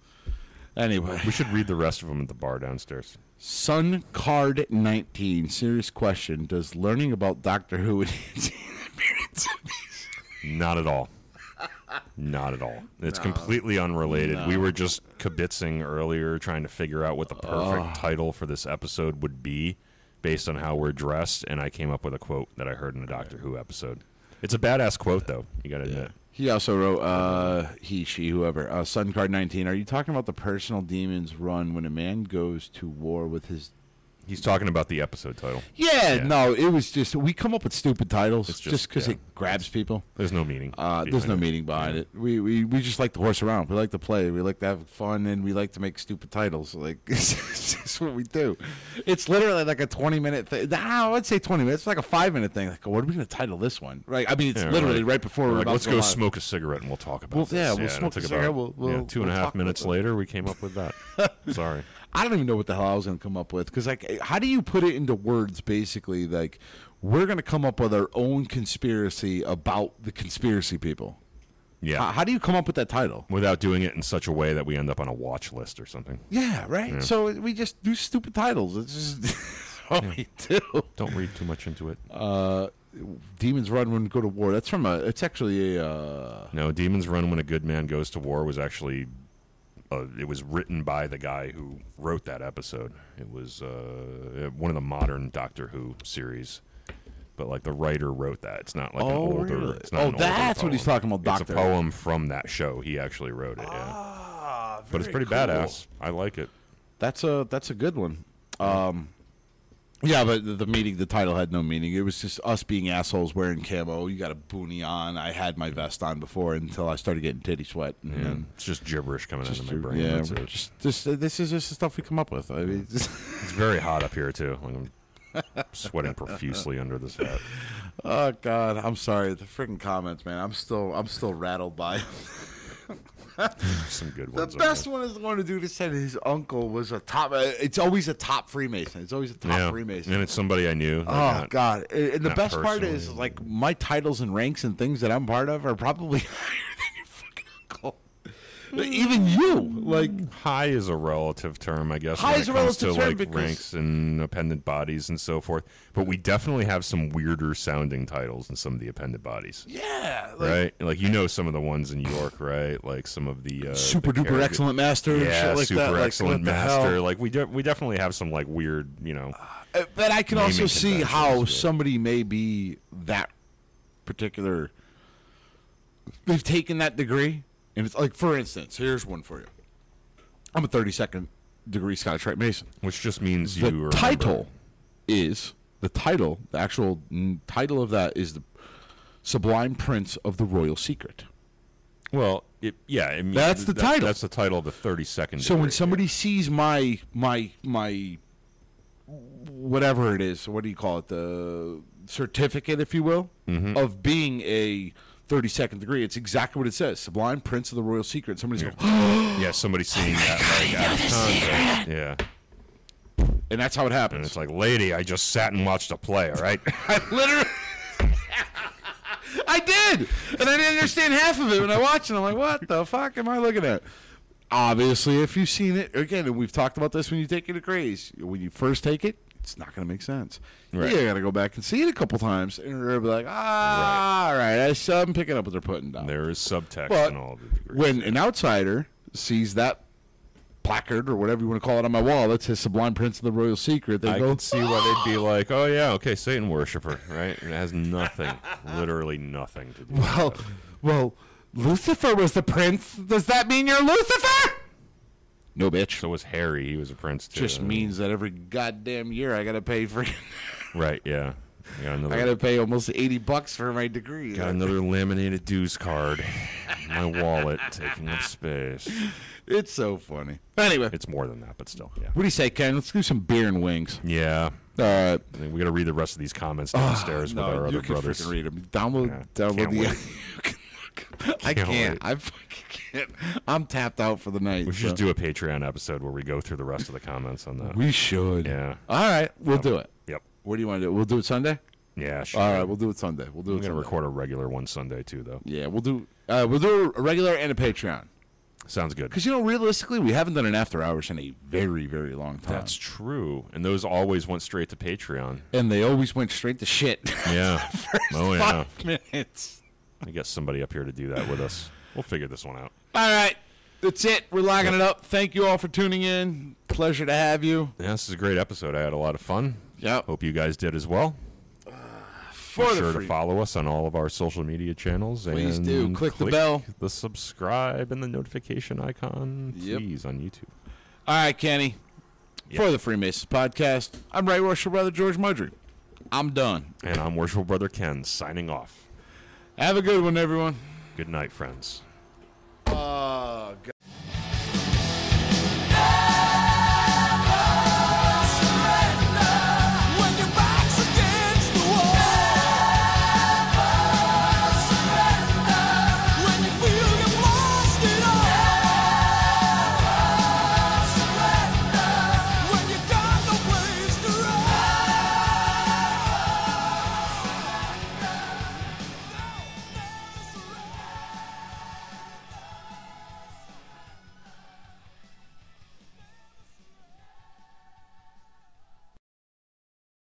B: Anyway,
C: we should read the rest of them at the bar downstairs.
B: Sun Card 19. Serious question. Does learning about Doctor Who E enhance appearance of these-
C: Not at all. Not at all. It's completely unrelated. We were just kibitzing earlier, trying to figure out what the perfect title for this episode would be based on how we're dressed, and I came up with a quote that I heard in a Doctor Who episode. It's a badass quote, though. You gotta admit.
B: He also wrote, uh, he, she, whoever, uh, Sun Card 19. Are you talking about the personal demons run when a man goes to war with his.
C: He's talking about the episode title.
B: Yeah,
C: Yeah.
B: no, it was just. We come up with stupid titles
C: It's just-
B: just because
C: yeah.
B: it grabs people.
C: There's no meaning.
B: Uh, there's
C: behind
B: no
C: it.
B: meaning behind it. We, we we just like to horse around. We like to play. We like to have fun, and we like to make stupid titles. Like it's just what we do. It's literally like a 20 minute thing. Nah, I'd say 20 minutes. It's like a five minute thing. Like, what are we going to title this one? Right. I mean, it's
C: Yeah,
B: literally right, before we're
C: like,
B: about
C: let's
B: to
C: go
B: live.
C: smoke a cigarette and we'll talk about
B: Well,
C: this.
B: yeah, we'll
C: and it
B: smoke a
C: took
B: cigarette, we'll-
C: yeah,
B: we'll-
C: two and a
B: we'll
C: half
B: talk about
C: minutes
B: that.
C: later, we came up with that. Sorry.
B: I don't even know what the hell I was going to come up with because like, how do you put it into words? Basically, like we're going to come up with our own conspiracy about the conspiracy people.
C: Yeah.
B: How, how do you come up with that title?
C: Without doing it in such a way that we end up on a watch list or something.
B: Yeah, right. So we just do stupid titles. It's just what we do.
C: Don't read too much into it.
B: Uh, Demons Run when we go to war. That's from a. It's actually a. Uh,
C: No, Demons Run When a Good Man Goes to War was actually uh, it was written by the guy who wrote that episode. It was uh, one of the modern Doctor Who series. But like the writer wrote that. It's not like an
B: Oh,
C: older.
B: really?
C: It's not
B: Oh,
C: an older
B: that's what he's
C: poem.
B: talking about,
C: It's a
B: Doctor.
C: poem from that show. He actually wrote it. Yeah.
B: Ah,
C: but it's pretty badass. I like it.
B: That's a. That's a good one. Um, Yeah, but the- the meeting, the title had no meaning. It was just us being assholes wearing camo. You got a boonie on. I had my vest on before until I started getting titty sweat. And
C: Yeah.
B: then
C: It's just gibberish coming out of my brain.
B: yeah,
C: That's
B: we're
C: it.
B: just, just uh, this is just the stuff we come up with. I mean, it's-
C: It's very hot up here too. Like I'm sweating profusely under this hat.
B: oh God, I'm sorry. The freaking comments, man. I'm still, I'm still rattled by. 'em.
C: Some good
B: The
C: ones. on
B: best
C: there.
B: one is the one who dude who said his uncle was a top. uh, It's always a top Freemason. It's always a top
C: Yeah.
B: Freemason.
C: And it's somebody I knew. like,
B: Oh
C: not-
B: God! And and the
C: not
B: best part
C: personally,
B: is,
C: but-
B: like, my titles and ranks and things that I'm part of are probably higher than your fucking uncle. Like, Even you, like,
C: High is a relative term, I guess.
B: High
C: when
B: is
C: it
B: a
C: comes to
B: relative term
C: like
B: because-
C: ranks and appendant bodies and so forth. But we definitely have some weirder sounding titles in some of the appendant bodies.
B: yeah, like,
C: Right, like you know some of the ones in York, right? Like some of the uh,
B: super
C: the
B: duper
C: character-
B: excellent master, and
C: yeah,
B: shit like
C: super
B: that. Like,
C: excellent
B: what the hell?
C: master. Like we de- we definitely have some like weird, you know,
B: Uh, But I can
C: naming
B: also see how
C: conventions, yeah.
B: somebody may be that particular. They've taken that degree, and it's like, for instance, here's one for you. I'm a 32nd degree Scottish Rite Mason.
C: which just means you
B: the
C: remember-
B: title is the title the actual n- title of that is the sublime prince of the royal secret
C: Well, it, yeah, I mean,
B: That's the
C: that-
B: title.
C: That's the title of the thirty second.
B: so when somebody sees my my my whatever it is what do you call it the certificate if you will of being a 32nd degree it's exactly what it says sublime prince of the royal secret somebody's going
C: yeah, somebody
B: Oh
C: seeing that, like, out of context. yeah,
B: and that's how it
C: and
B: happens
C: it's like, lady, I just sat and watched a play. All right,
B: literally I did, and I didn't understand half of it when I watched it. I'm like, what the fuck am I looking at? Obviously, if you've seen it again, and we've talked about this when you take it to Grace, when you first take it, it's not going to make sense.
C: Right.
B: You got to go back and see it a couple times, and you're gonna be like, ah, all right, I see, I'm picking up what they're putting down.
C: there is subtext
B: But
C: in all the degrees.
B: When an outsider sees that placard or whatever you want to call it on my wall that says "Sublime Prince of the Royal Secret," they
C: I
B: go,
C: can see why they'd be like, oh yeah, okay, Satan worshiper, right? And it has nothing, literally nothing to do. with
B: Well,
C: that.
B: well, Lucifer was the prince. Does that mean you're Lucifer? No, bitch.
C: so was Harry. He was a prince too.
B: Just means that every goddamn year I gotta pay for,
C: right? Yeah, I got another,
B: I gotta pay almost eighty bucks for my degree.
C: got another laminated dues card. in My wallet taking up space.
B: It's so funny. Anyway,
C: It's more than that, but still, yeah.
B: what do you say, Ken? Let's do some beer and wings. Uh,
C: Yeah,
B: All right.
C: I think we got to read the rest of these comments downstairs with our
B: you
C: other
B: can
C: brothers.
B: freaking read 'em. Download,
C: Yeah,
B: download
C: can't
B: the.
C: wait.
B: You can look 'em. I
C: Can't
B: can't.
C: wait.
B: I fucking can't. I'm tapped out for the night.
C: We should
B: so-
C: just do a Patreon episode where we go through the rest of the comments on that.
B: We should.
C: Yeah.
B: All right, we'll do it.
C: Yep.
B: What do you want to do? We'll do it Sunday.
C: Yeah. Sure.
B: All right, we'll do it Sunday. We'll do
C: I'm
B: it.
C: gonna
B: Sunday.
C: record a regular one Sunday too, though.
B: Yeah, we'll do. Uh, we'll do a regular and a Patreon
C: Sounds good.
B: because you know, realistically, we haven't done an after hours in a very, very long time.
C: That's true. And those always went straight to Patreon.
B: and they always went straight to shit.
C: Yeah. oh yeah.
B: Five minutes.
C: I guess somebody up here to do that with us. We'll figure this one out.
B: All right, that's it. We're locking it up. Thank you all for tuning in. Pleasure to have you.
C: Yeah, this is a great episode. I had a lot of fun.
B: Yep. Uh,
C: Hope you guys did as well.
B: For
C: Be sure
B: free-
C: to follow us on all of our social media channels.
B: Please
C: and
B: do. Click the bell.
C: the subscribe, and the notification icon,
B: Yep.
C: please, on YouTube.
B: All right, Kenny. For the Freemasons podcast, I'm Right Worship Brother George Mudry. I'm done.
C: And I'm Worshipful Brother Ken signing off.
B: Have a good one, everyone.
C: Good night, friends.